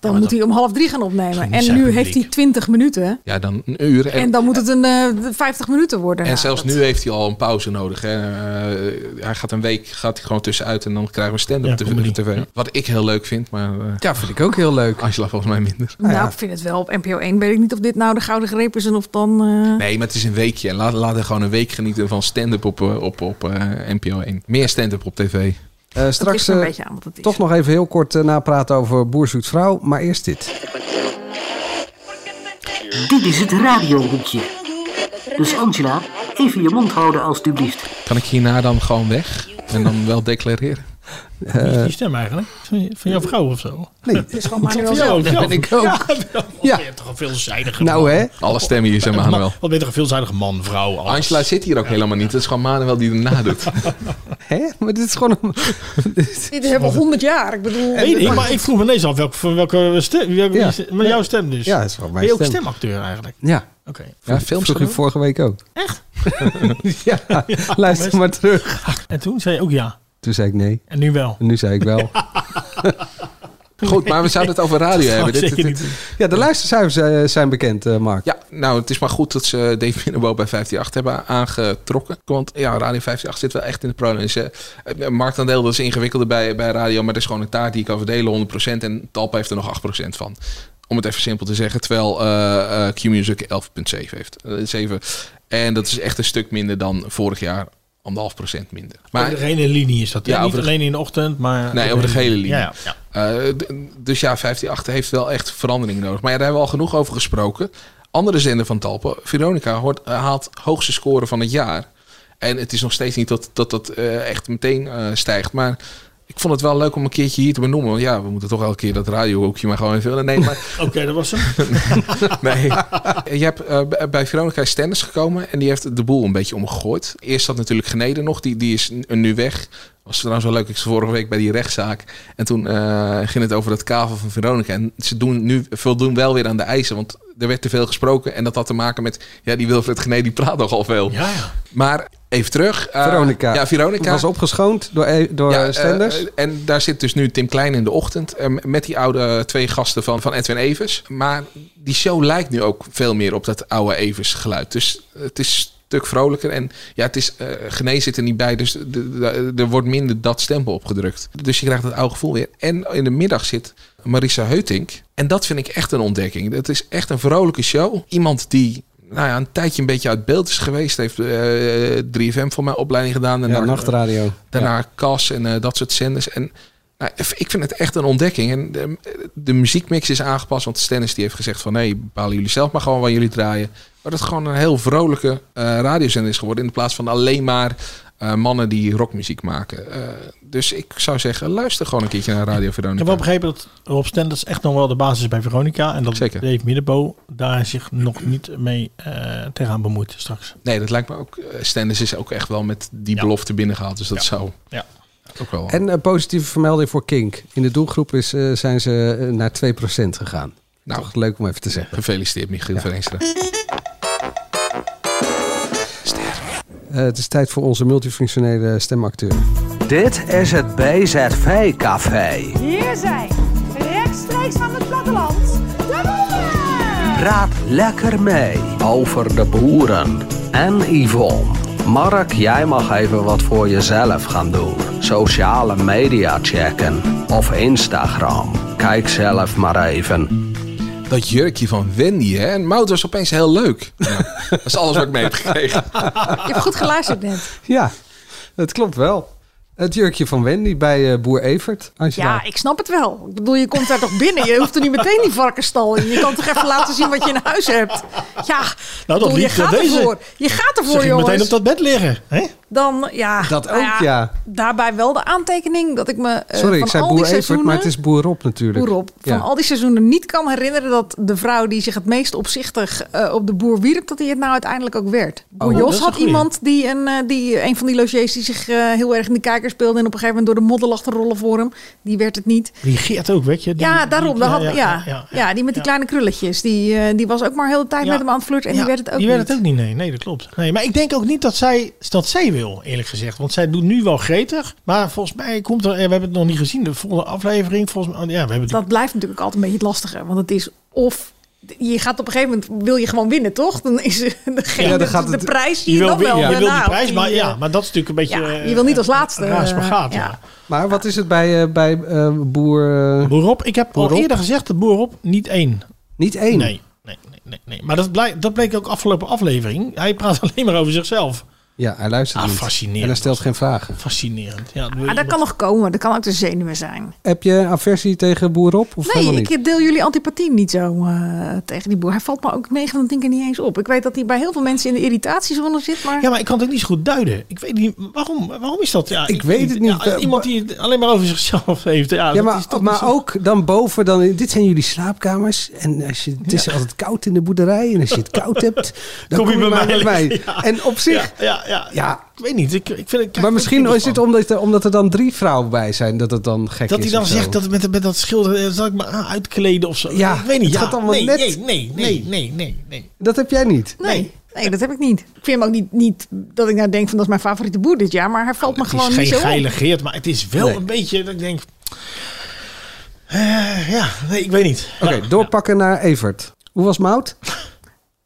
Dan moet hij om half drie gaan opnemen.
niet
En
zijn
nu
publiek.
heeft hij twintig minuten.
Ja, dan een uur.
En,
En,
dan moet het een eh, vijftig minuten worden.
en
Ja,
zelfs
dat-
nu heeft hij al een pauze nodig. Hè. Eh, hij gaat een week gaat hij gewoon tussenuit. En dan krijgen we
Ja,
stand-up
comedy.
op tv. Wat ik heel leuk vind. Maar eh,
Ja, vind ik ook heel leuk.
Angela volgens mij minder.
Nou,
ja.
ik vind het wel op NPO 1. Weet ik niet of dit nou de gouden greep is en of dan... eh,
Nee, maar het is een weekje. En laat, laat er gewoon een week genieten van stand-up op, eh, op, op eh, NPO 1. Meer stand-up op tv.
Eh,
dat ligt
straks
er een
eh,
beetje aan wat het is.
toch nog even heel kort eh, napraten over Boer zoekt vrouw, maar eerst dit.
Dit is het radiohoekje. Dus Angela, even je mond houden alstublieft.
Kan ik hierna dan gewoon weg? En dan wel declareren?
Wie
Eh,
is die stem eigenlijk? Van, van jouw vrouw of zo?
Nee,
Het is gewoon
[LAUGHS]
maar nu
Van
wel
jou,
zelf.
van jou.
ben ik ook.
Ja, ja.
Ja.
Je hebt toch een veelzijdige
nou
man.
hè?
Alle stemmen hier
Eh,
zijn
Een man-
Manuel.
Wat ben je toch een veelzijdige man, vrouw, alles.
Angela zit hier ook helemaal niet. Het is gewoon Manuel die erna
[LAUGHS]
doet.
Hè? Maar dit is gewoon een... [LAUGHS]
Dit hebben we honderd jaar. Ik bedoel...
Weet ik, maar ik vroeg me ineens af welke, van welke stem, welke,
Ja.
maar jouw stem dus.
Ja, het is gewoon mijn
ben je ook
stem.
stemacteur eigenlijk?
Ja, Ja, films vroeg je
genoeg?
vorige week ook.
Echt?
[LAUGHS] ja, luister
best.
maar terug.
En toen zei je ook ja.
Toen zei ik nee.
En nu wel.
En nu zei ik wel.
Goed, maar we zouden het over radio
Dat
[LAUGHS]
zou
hebben.
ik zeker Ja, de luistercijfers eh, zijn bekend, eh, Mark.
Ja, nou, het is maar goed dat ze Dave Binnenbo bij 158 hebben aangetrokken. Want ja, Radio 158 zit wel echt in de pro. Dus, eh, marktaandeel, dat is ingewikkelder bij, bij radio. Maar dat is gewoon een taart die je kan verdelen, 100%. En Talpa heeft er nog 8% van. Om het even simpel te zeggen. Terwijl eh, eh, Q-Music 11,7 heeft. Eh, 7. En dat is echt een stuk minder dan vorig jaar. 1,5% minder.
Maar, over de hele linie is dat.
Ja,
Ja, niet
over de-
alleen in de ochtend, maar...
Nee, over de gele linie.
Ja, ja. ja.
Eh, d- dus ja, 158 heeft wel echt verandering nodig. Maar ja, daar hebben we al genoeg over gesproken. Andere zender van Talpa, Veronica, hoort, eh, haalt hoogste score van het jaar. En het is nog steeds niet dat dat, dat eh, echt meteen eh, stijgt. Maar ik vond het wel leuk om een keertje hier te benoemen. Want ja, we moeten toch elke keer dat radiohoekje maar gewoon even... Nee, maar
Oké, dat was hem.
[LAUGHS] Nee. Je hebt eh, b- bij Veronica is Stennis gekomen en die heeft de boel een beetje omgegooid. Eerst zat natuurlijk Geneden nog, die, die is n- nu weg. Was trouwens wel leuk, ik was vorige week bij die rechtszaak. En toen eh, ging het over dat kavel van Veronica. En ze doen nu voldoen wel weer aan de eisen, want er werd te veel gesproken. En dat had te maken met, ja, die Wilfred Geneden die praat nogal
[LAUGHS]
veel.
Ja, ja.
Maar even terug. eh,
Veronica.
Ja, Veronica.
Was opgeschoond door, E- door
Ja,
Stenders.
eh, en daar zit dus nu Tim Klein in de ochtend. eh, met die oude eh, twee gasten van, van Edwin Evers. Maar die show lijkt nu ook veel meer op dat oude Evers geluid. Dus het is een stuk vrolijker. En ja, het is, eh Genees zit er niet bij. Dus de- de- de- er wordt minder dat stempel opgedrukt. Dus je krijgt dat oude gevoel weer. En in de middag zit Marisa Heutink. En dat vind ik echt een ontdekking. Dat is echt een vrolijke show. Iemand die... Nou ja, een tijdje een beetje uit beeld is geweest. Heeft eh 3FM voor mij opleiding gedaan.
Ja,
Daarna-
nachtradio.
Daarna Cas en eh, dat soort zenders. En nou, ik vind het echt een ontdekking. En de, de muziekmix is aangepast. Want Stennis die heeft gezegd van... nee, bepalen jullie zelf maar gewoon waar jullie draaien. Maar dat het gewoon een heel vrolijke eh, radiozender is geworden... in plaats van alleen maar eh, mannen die rockmuziek maken. Eh, dus ik zou zeggen, luister gewoon een keertje naar Radio
Ik
Veronica.
heb wel begrepen dat Rob Stenders echt nog wel de basis is bij Veronica. En dat
Zeker.
Dave Middenbo daar zich nog niet mee eh, tegenaan bemoeit straks.
Nee, dat lijkt me ook... eh, Stennis is ook echt wel met die belofte binnengehaald. Dus dat zou
Ja.
ook wel...
En een positieve vermelding voor Kink. In de doelgroep is, eh, zijn ze eh, naar 2% gegaan.
Nou,
Toch leuk om even te zeggen.
Gefeliciteerd, Michiel Vereenstra.
Eh, het is tijd voor onze multifunctionele stemacteur.
Dit is het BZV-café.
Hier zijn, rechtstreeks van het platteland, de boeren!
Praat lekker mee over de boeren en Yvonne. Mark, jij mag even wat voor jezelf gaan doen. Sociale media checken of Instagram. Kijk zelf maar even.
Dat jurkje van Wendy, hè? En Mout was opeens heel leuk. Nou, dat is alles wat ik mee heb gekregen.
Je hebt goed geluisterd net.
Ja, het klopt wel. Het jurkje van Wendy bij eh, boer Evert. Als je
Ja, ik snap het wel. Ik bedoel, je komt daar toch binnen? Je hoeft er niet meteen die varkensstal in. Je kan toch even laten zien wat je in huis hebt? Ja, ik
Nou,
bedoel,
dat
je
liep
gaat
dan deze.
ervoor. Je gaat
Ze
ervoor,
ging
jongens.
meteen op dat bed liggen. Hè?
Dan, ja.
Dat
nou
ook, ja.
Daarbij wel de aantekening dat ik me eh,
Sorry,
van
ik zei
al
boer
die
Evert,
seizoenen...
maar het is boer Rob natuurlijk.
Boer Rob, van
Ja.
al die seizoenen niet kan herinneren dat de vrouw die zich het meest opzichtig eh, op de boer wierp, dat hij het nou uiteindelijk ook werd. Boer
Oh, dat
Jos
is een
had
goeie.
iemand die een, eh, die een van die logiers die zich eh, heel erg in de kijker speelde en op een gegeven moment door de modder lag te rollen voor hem. Die werd het niet.
Die Geert ook, weet je. Die,
ja, daarom.
die-
daar had, ja, ja,
ja.
die met die kleine krulletjes. Die, eh, die was ook maar heel de tijd met hem aan het flirten en die werd het ook
die
niet.
werd het ook niet, nee. Nee, dat klopt. Nee, maar ik denk ook niet dat zij, dat zij wil, eerlijk gezegd. Want zij doet nu wel gretig. Maar volgens mij komt er, eh, we hebben het nog niet gezien, de volgende aflevering. Volgens mij, ja, we hebben het
Dat blijft natuurlijk altijd een beetje het lastige. Want het is of... Je gaat op een gegeven moment... Wil je gewoon winnen, toch? Dan is eh, degene,
Ja,
de,
dan gaat het-
de prijs
Je
die je
wil
dan
win-
wel...
ja, je wil die
daarna, of
prijs, maar
die,
ja,
eh,
maar dat is natuurlijk een beetje,
ja,
eh,
je wil niet als laatste...
raar spagaat,
eh,
ja.
Maar wat is het bij, eh, bij eh, boer...
boer Rob, ik heb al eerder gezegd dat boer Rob niet één.
Niet één?
Nee, nee, nee. nee, nee. Maar dat, blijk, dat bleek ook afgelopen aflevering. Hij praat [LAUGHS] alleen maar over zichzelf.
Ja, hij luistert
Ah,
niet.
fascinerend
En hij stelt geen vragen.
Fascinerend. Ja,
Maar Ah, dat kan nog komen. Dat kan ook de zenuwen zijn.
Heb je een aversie tegen boer Rob? Of
nee,
helemaal niet?
ik deel jullie antipathie niet zo eh, tegen die boer. Hij valt me ook 9 van de 10 keer niet eens op. Ik weet dat hij bij heel veel mensen in de irritatiezone zit, maar...
Ja, maar ik kan het ook niet zo goed duiden. Ik weet niet, waarom, waarom is dat? Ja, ik,
weet het niet.
ja, iemand die het alleen maar over zichzelf heeft. Eh, Ja,
Ja,
dat
maar,
is toch niet
maar
zo-
ook dan boven, dan, dit zijn jullie slaapkamers. En als je,
[LAUGHS]
het is altijd koud in de boerderij. En als je het koud hebt, dan kom, je bij mij.
liggen. [LAUGHS] Ja.
En op zich,
Ja, ja, ja. Ik weet niet. Ik, ik vind, ik kijk
maar
er
misschien
niet
is het omdat er, omdat er dan drie vrouwen bij zijn, dat het dan gek
Dat
is.
hij dan
of zo.
zegt dat met, met dat schilder, eh, zal ik me ah, uitkleden of zo.
Ja,
ik weet niet.
het
ja.
gaat allemaal
nee,
net-
Nee, nee, nee, nee, nee, nee.
Dat heb jij niet.
Nee. Nee, dat heb ik niet. Ik vind hem ook niet, niet dat ik nou denk van dat is mijn favoriete boer dit jaar, maar hij valt me
Het Oh, is
gewoon niet
geen
zo op.
geile Geert, maar het is wel
Nee.
een beetje dat ik denk... eh, ja, nee, ik weet niet. Nou,
Oké, doorpakken naar Evert. Hoe was Mout?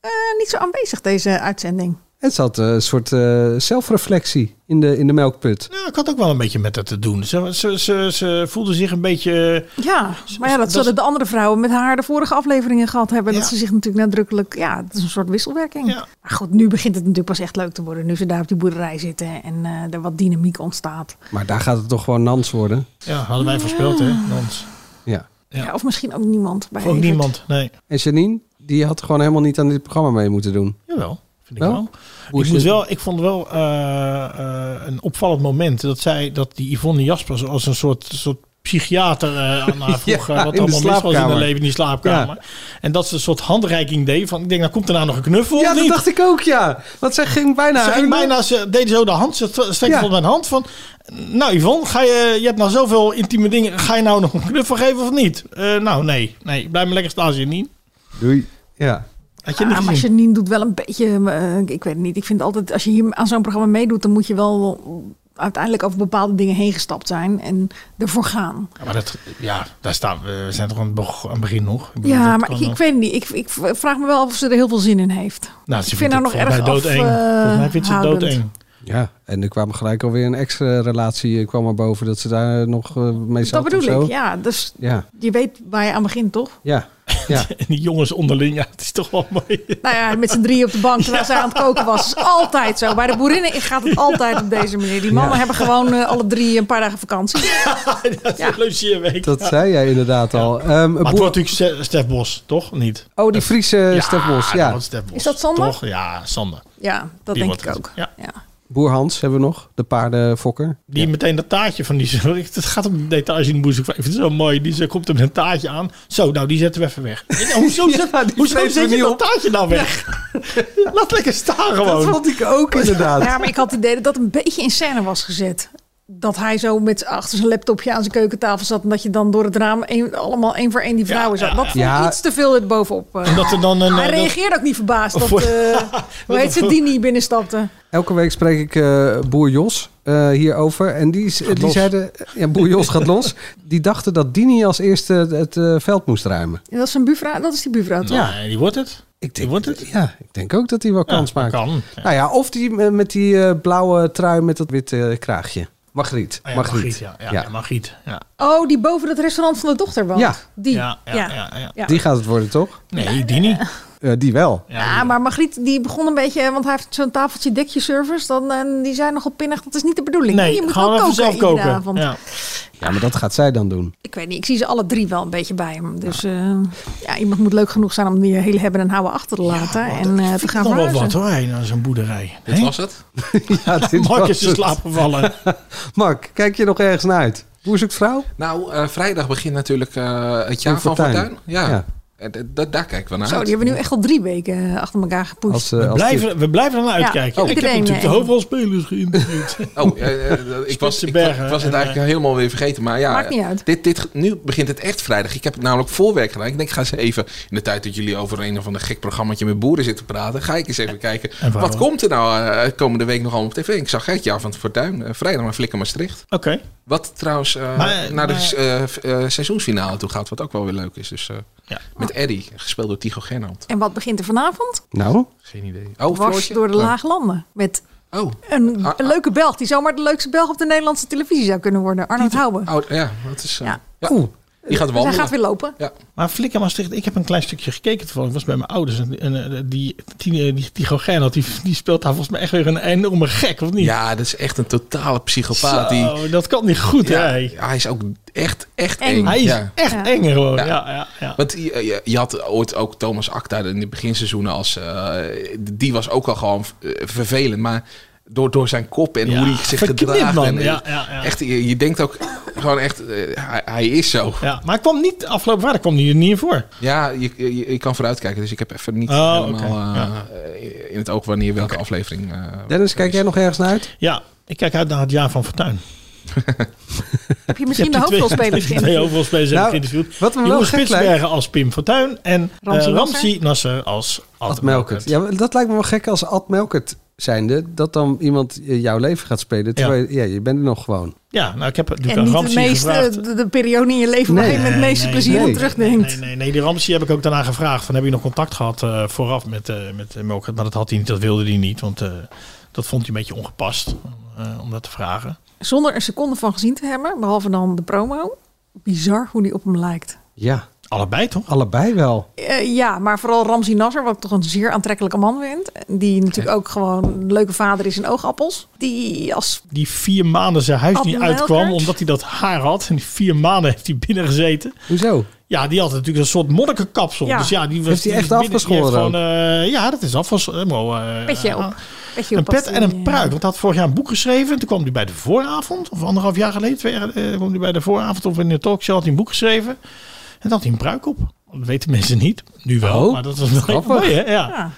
Eh, niet zo aanwezig deze uitzending.
Het zat eh, een soort eh, zelfreflectie in de, in de melkput.
Nou, ik had ook wel een beetje met haar te doen. Ze, ze, ze, ze voelde zich een beetje...
Ja, maar ja, dat
dat
zullen
is-
de andere vrouwen met haar de vorige afleveringen gehad hebben. Dat ze zich natuurlijk nadrukkelijk... Ja, het is een soort wisselwerking. Maar goed, nu begint het natuurlijk pas echt leuk te worden. Nu ze daar op die boerderij zitten en eh, er wat dynamiek ontstaat.
Maar daar gaat het toch gewoon Nans worden?
eh, Ja, hadden wij voorspeld,
Ah,
hè, Nans.
Ja.
Ja.
of misschien ook niemand. Bij
Ook
Evert.
niemand, nee.
En Janine, die had gewoon helemaal niet aan dit programma mee moeten doen.
Jawel, vind ik
Wel?
wel.
Hoe is
Ik, moet
dit?
wel, ik vond wel eh, eh, een opvallend moment dat zij dat die Yvonne Jaspers als een soort, soort psychiater eh, aan haar vroeg
[LAUGHS] Ja,
eh,
in
wat
de
allemaal mis was in haar
slaapkamer.
leven in die slaapkamer. En dat ze een soort handreiking deed van ik denk nou komt daarna nog een knuffel
Ja,
of
dat
niet?
dacht ik ook, ja. Want zij ging bijna
Ze ging
huilen.
bijna, ze deed zo de hand, ze strekte
Ja.
van mijn hand van nou Yvonne, ga je, je hebt nou zoveel intieme dingen, ga je nou nog een knuffel geven of niet? Eh, nou nee, nee, blijf me lekker staan Janine.
Doei. Ja.
Had je
Ah,
niet
maar
gezien?
Janine doet wel een beetje... eh, ik weet het niet. Ik vind altijd, als je hier aan zo'n programma meedoet... dan moet je wel uiteindelijk over bepaalde dingen heen gestapt zijn. En ervoor gaan.
Ja, maar dat, ja, daar staan we, we zijn toch aan het beg- aan het begin nog. Ik bedoel,
Ja,
dat
maar
kan
ik,
nog.
ik weet het niet. Ik, ik vraag me wel af of ze er heel veel zin in heeft.
Nou,
ik vind haar nog erg
dood
af, eh,
één. Volgens mij vindt ze dood
houdend.
één.
Ja, en er kwam gelijk alweer een extra relatie eh, kwam er boven dat ze daar nog eh, mee zat
Dat
of zo.
bedoel ik, ja. Dus
Ja,
je weet waar je aan begint, toch?
ja, ja.
En die jongens onderling, ja, het is toch wel mooi. [LAUGHS]
Nou ja, met z'n drieën op de bank terwijl zij aan het koken was. Is altijd zo. Bij de boerinnen gaat het altijd op deze manier. Die mannen
Ja.
hebben gewoon eh, alle drie een paar dagen vakantie.
dat is een logeerweek.
dat zei jij inderdaad al. Ehm,
Maar het
boer-
wordt natuurlijk Ste- Stef Bos, toch? Niet?
Oh, die Friese
Ja,
Stef Bos,
dat
ja.
wordt Stef Bos.
Is dat Sander?
Toch? Ja, Sander.
Ja, dat
Die
denk
wordt
ik
het.
ook.
Ja.
Boer Hans hebben we nog, de paardenfokker.
Die meteen dat taartje van die... [LAUGHS] Het gaat om details in de boezem. Ik vind het zo mooi. Die ze komt hem een taartje aan. Zo, nou, die zetten we even
[LAUGHS]
weg. Ja, hoezo zet, hoezo
vrezen
zet
we
je
niet
dat
op.
taartje nou weg? [LAUGHS] Laat lekker staan gewoon.
Dat vond ik ook [LAUGHS]
Oh,
inderdaad.
Ja, maar ik had het idee dat dat een beetje in scène was gezet. Dat hij zo met achter zijn laptopje aan zijn keukentafel zat. En dat je dan door het raam een- allemaal één voor één die vrouwen zat. Dat vond
ja.
ik iets te veel het bovenop. eh.
Omdat er dan een...
hij
eh, dat-
reageerde ook niet verbaasd dat,
Voor- [LAUGHS]
eh hoe heet ze, Dini binnenstapte.
Elke week spreek ik eh, boer Jos eh, hierover. En die, is- die
los.
zeiden... Ja, boer Jos gaat
[LAUGHS]
los. Die dachten dat Dini als eerste het eh, veld moest ruimen.
En Dat is, een buurvrouw, dat is die buurvrouw, toch?
Nee, die wordt het.
Ik
Die wordt het.
Ja, ik denk ook dat hij wel kans maakt.
Kan.
Nou ja, of die eh, met die eh, blauwe trui met dat witte kraagje. Margriet.
Ah ja,
Margriet.
Margriet, ja. Ja, ja, Margriet. Ja.
Oh, die boven dat restaurant van de dochter woont.
Ja.
Die.
Ja, ja, ja, ja.
Ja.
Die gaat het worden, toch?
Nee, die niet.
Eh, die wel.
Ja, maar Margriet die begon een beetje, want hij heeft zo'n tafeltje dekje service. Dan, en die zijn nogal pinnig, dat is niet de bedoeling.
Nee,
je moet
gaan we
wel
even
koken
zelf
iedere
koken.
avond. Eh,
Ja.
Ja, maar dat gaat zij dan
[LAUGHS]
doen.
Ik weet niet, ik zie ze alle drie wel een beetje bij hem. Dus eh, ja, iemand moet leuk genoeg zijn om die hele hebben en houden achter te laten. en eh, te gaan
nog wel wat
verhuizen.
hoor, hij naar zo'n boerderij.
Dit was het.
[LAUGHS] ja, dit
Mark
was
is in
het.
slaap
[LAUGHS]
gevallen.
Mark, kijk je nog ergens naar uit? Boer zoekt vrouw?
Nou, eh, vrijdag begint natuurlijk eh, het jaar
Van
van
Fortuyn.
Fortuyn. Ja,
Ja.
En d- d- daar kijken we naar
Zo,
uit.
die hebben nu echt al drie weken eh, achter elkaar gepusht.
Als, eh,
We
als
blijven, we blijven ernaar
Ja,
uitkijken.
oh.
ik heb
iedereen,
natuurlijk de
eh,
hoofdrolspelers
[LAUGHS]
geïnterviewd.
Oh, eh, eh, ik, was, ik, was- ik was het
en,
eigenlijk helemaal weer vergeten. Maar ja,
Maakt niet uit.
Dit, dit, nu begint het echt vrijdag. Ik heb namelijk voorwerk gedaan. Ik denk, ik ga eens even, in de tijd dat jullie over een of ander gek programmaatje met boeren zitten praten, ga ik eens even kijken.
En waarom?
Wat komt er nou eh, komende week nog allemaal op tv? Ik zag het jaar van het Fortuin. eh, vrijdag maar Flikker Maastricht.
Oké.
Wat trouwens
Maar,
eh, naar
maar-
de eh, f- eh, seizoensfinale toe gaat, wat ook wel weer leuk is. Dus, eh,
Ja.
Met Eddie, gespeeld door Tycho Gernand.
En wat begint er vanavond?
Nou,
Geen idee. Oh,
Dwars
Floortje?
door de
Oh.
Laaglanden. Met
Oh,
een,
Ah,
een leuke Belg, die zomaar de leukste Belg op de Nederlandse televisie zou kunnen worden. Arnold Houben.
oh, ja, dat is... eh,
Ja.
ja.
Oeh.
Die gaat
Dus hij
wandelen.
gaat weer lopen.
Maar Flikker Maastricht, ik heb een klein stukje gekeken. Toevallig. Ik was bij mijn ouders. En, en, eh, die, die, die, die Gauguin, die, die speelt daar volgens mij echt weer een enorme gek, of niet?
Ja, dat is echt een totale psychopaat. die,
Zo, dat kan niet goed,
ja,
hè?
hij is ook echt, echt
Eng.
eng.
Hij is
Ja.
echt
Ja.
eng gewoon. Ja,
Ja.
ja, ja.
Want je, je- je had ooit ook Thomas Acta in de beginseizoenen als... eh, die was ook al gewoon eh, vervelend, maar... Door, door zijn kop en
Ja,
hoe hij zich
verknipt,
gedraagt.
man.
En, eh,
Ja, ja, ja.
Echt, je, je denkt ook gewoon echt, eh, hij, hij is zo.
Ja, maar ik kwam niet afgelopen vrijdag kwam die er niet in voor.
Ja, je, je, je kan vooruitkijken, dus ik heb even niet
Oh,
helemaal
oké,
eh,
ja.
eh, in in het oog wanneer welke aflevering. eh,
Dennis, kijk jij nog ergens naar uit?
Ja, ik kijk uit naar het jaar van Fortuin. [LAUGHS]
Heb je
Ik
misschien de
heb die twee- ik
hoofdrolspelers
heb die twee
geïnterviewd?
hoofdrolspelers heb ik geïnterviewd.
Nou, wat me wel
Jeroen
gek lijkt-
Spitsbergen als Pim Fortuyn en eh
Ramzi
Ramsi Nasser als Ad
Ad Melkert. Ja, maar dat lijkt me wel gek als Ad Melkert zijnde, dat dan iemand eh, jouw leven gaat spelen. Terwijl, ja. je bent er nog gewoon.
Ja, nou ik heb natuurlijk
En
aan
niet de,
Ramsi gevraagd.
meeste, de, de periode in je leven waar je met het meeste plezier aan terugdenkt.
Nee, nee, nee, die Ramsey heb ik ook daarna gevraagd. Van, heb je nog contact gehad eh, vooraf met, eh met eh, Melkert? Maar dat had hij niet, dat wilde hij niet. Want eh, dat vond hij een beetje ongepast eh, om dat te vragen.
Zonder een seconde van gezien te hebben, behalve dan de promo. Bizar hoe die op hem lijkt.
Ja.
Allebei toch?
Allebei wel.
Eh, ja, maar vooral Ramzi Nasser, wat ik toch een zeer aantrekkelijke man vind. Die natuurlijk ook gewoon een leuke vader is in oogappels. Die als
Die vier maanden zijn huis
Ad
niet
Melkert?
uitkwam omdat hij dat haar had. En die vier maanden heeft hij binnen gezeten.
Hoezo?
Ja, die had natuurlijk een soort monnikenkapsel.
Ja.
Dus ja, die was,
Heeft
die
hij echt
is binnen- die heeft
afgeschoren
gewoon, eh, ja, dat is afgeschoren. Helemaal, eh,
petje
aan-
op. Petje
Een
op als
pet en
die,
een
eh,
pruik. Want hij had vorig jaar een boek geschreven. En toen kwam hij bij de vooravond. Of anderhalf jaar geleden. Twee jaar, eh, kwam hij bij de vooravond. Of in de talkshow had hij een boek geschreven. En dan had hij een pruik op. Dat weten mensen niet. Nu wel.
Oh,
maar dat was nog even
grappig.
[LAUGHS] mooi, hè? Ja.
eh, Ja.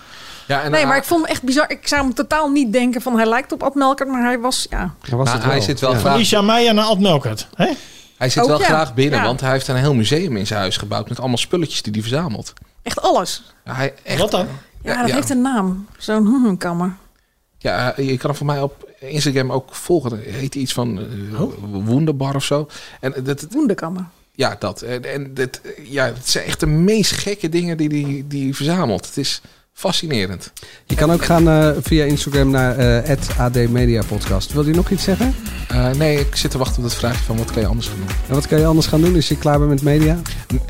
Ja, en
nee,
hij-
maar ik vond hem echt bizar. Ik zou hem totaal niet denken van hij lijkt op Ad Melkert, maar hij was, ja.
Maar
het wel.
hij zit wel
Ja.
Van
graag,
Isha Meijer naar Ad Melkert. Hè?
hij zit
Ook,
wel
Oh, ja.
graag binnen,
Ja.
want hij heeft een heel museum in zijn huis gebouwd met allemaal spulletjes die hij verzamelt.
Echt alles.
Hij echt,
Wat dan?
Ja,
Ja,
dat
ja.
heeft een naam. Zo'n hoehenkammer.
ja, eh, je kan hem voor mij op Instagram ook volgen. Het heet iets van eh,
Oh.
Wonderbar of zo. En dat,
Hoendekammer.
ja, dat. En, en dat, ja, het zijn echt de meest gekke dingen die hij die, die hij verzamelt. Het is fascinerend.
Je kan ook gaan eh, via Instagram naar eh AD Media Podcast. Wil je nog iets zeggen?
Eh, nee, ik zit te wachten op dat vraagje van wat kan je anders gaan doen.
En wat kan je anders gaan doen als je klaar bent met media?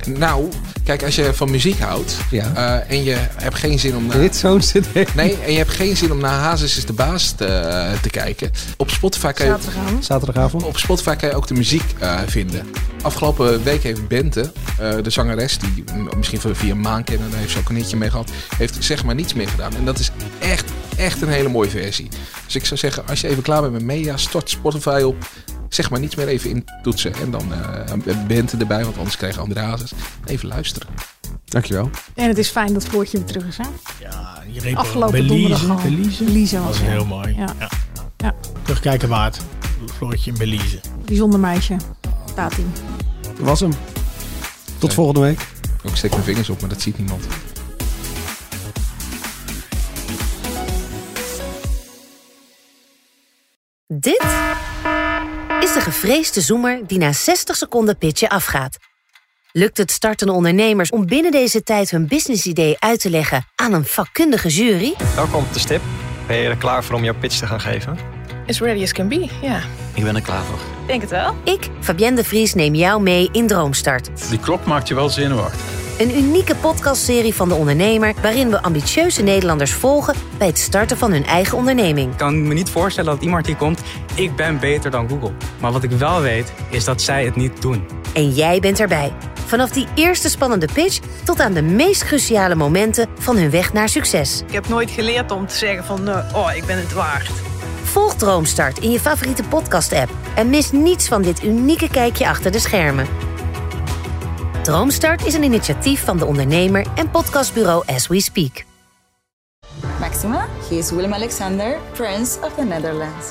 N- Nou, kijk, als je van muziek houdt
Ja.
eh, en je hebt geen zin om naar...
Dit zo'n cd.
Nee, en je hebt geen zin om naar Hazes is de baas te, eh, te kijken. Op Spotify, kan je,
Zaterdagavond.
Zaterdagavond.
op Spotify kan je ook de muziek eh, vinden. Afgelopen week heeft Bente, eh, de zangeres, die m- misschien van- via Maan kennen, daar heeft ze ook een hitje mee gehad, heeft zeg maar niets meer gedaan. En dat is echt, echt een hele mooie versie. Dus ik zou zeggen, als je even klaar bent met media, stort Spotify op. Zeg maar niets meer even intoetsen. En dan eh Bente erbij, want anders krijgen andere Hazes. Even luisteren.
Dankjewel.
En het is fijn dat Floortje weer terug is, hè?
Ja, je reed
Afgelopen
Belize.
donderdag al.
Belize.
Belize was
Dat is
het, ja.
heel mooi.
Ja.
Ja.
Ja.
Terugkijken waard. Floortje in Belize.
Bijzonder meisje. Tati.
Dat was hem. Tot volgende week.
Ik steek mijn vingers op, maar dat ziet niemand.
Dit is de gevreesde zoemer die na 60 seconden pitchen afgaat. Lukt het startende ondernemers om binnen deze tijd hun businessidee uit te leggen aan een vakkundige jury?
Welkom op de stip. Ben je er klaar voor om jouw pitch te gaan geven?
As ready as can be, ja.
Ik ben er klaar voor.
Denk het wel.
Ik, Fabienne de Vries, neem jou mee in Droomstart.
Die klok maakt je wel zenuwachtig.
Een unieke podcastserie van de ondernemer waarin we ambitieuze Nederlanders volgen bij het starten van hun eigen onderneming.
Ik kan me niet voorstellen dat iemand hier komt. Ik ben beter dan Google. Maar wat ik wel weet, is dat zij het niet doen.
En jij bent erbij. Vanaf die eerste spannende pitch tot aan de meest cruciale momenten van hun weg naar succes.
Ik heb nooit geleerd om te zeggen van, eh, oh, ik ben het waard.
Volg Droomstart in je favoriete podcast-app en mis niets van dit unieke kijkje achter de schermen. Droomstart is een initiatief van de ondernemer en podcastbureau As We Speak.
Maxima, he is Willem Alexander, Prince of the Netherlands.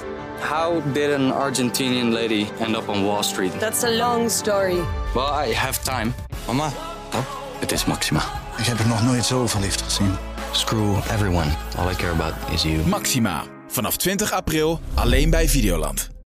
How did an Argentinian lady end up on Wall Street?
That's a long story.
Well, I have time. Mama, oh, het is Maxima.
Ik heb er nog nooit zo verliefd gezien.
Screw everyone. All I care about is you. Maxima. Vanaf 20 april alleen bij Videoland.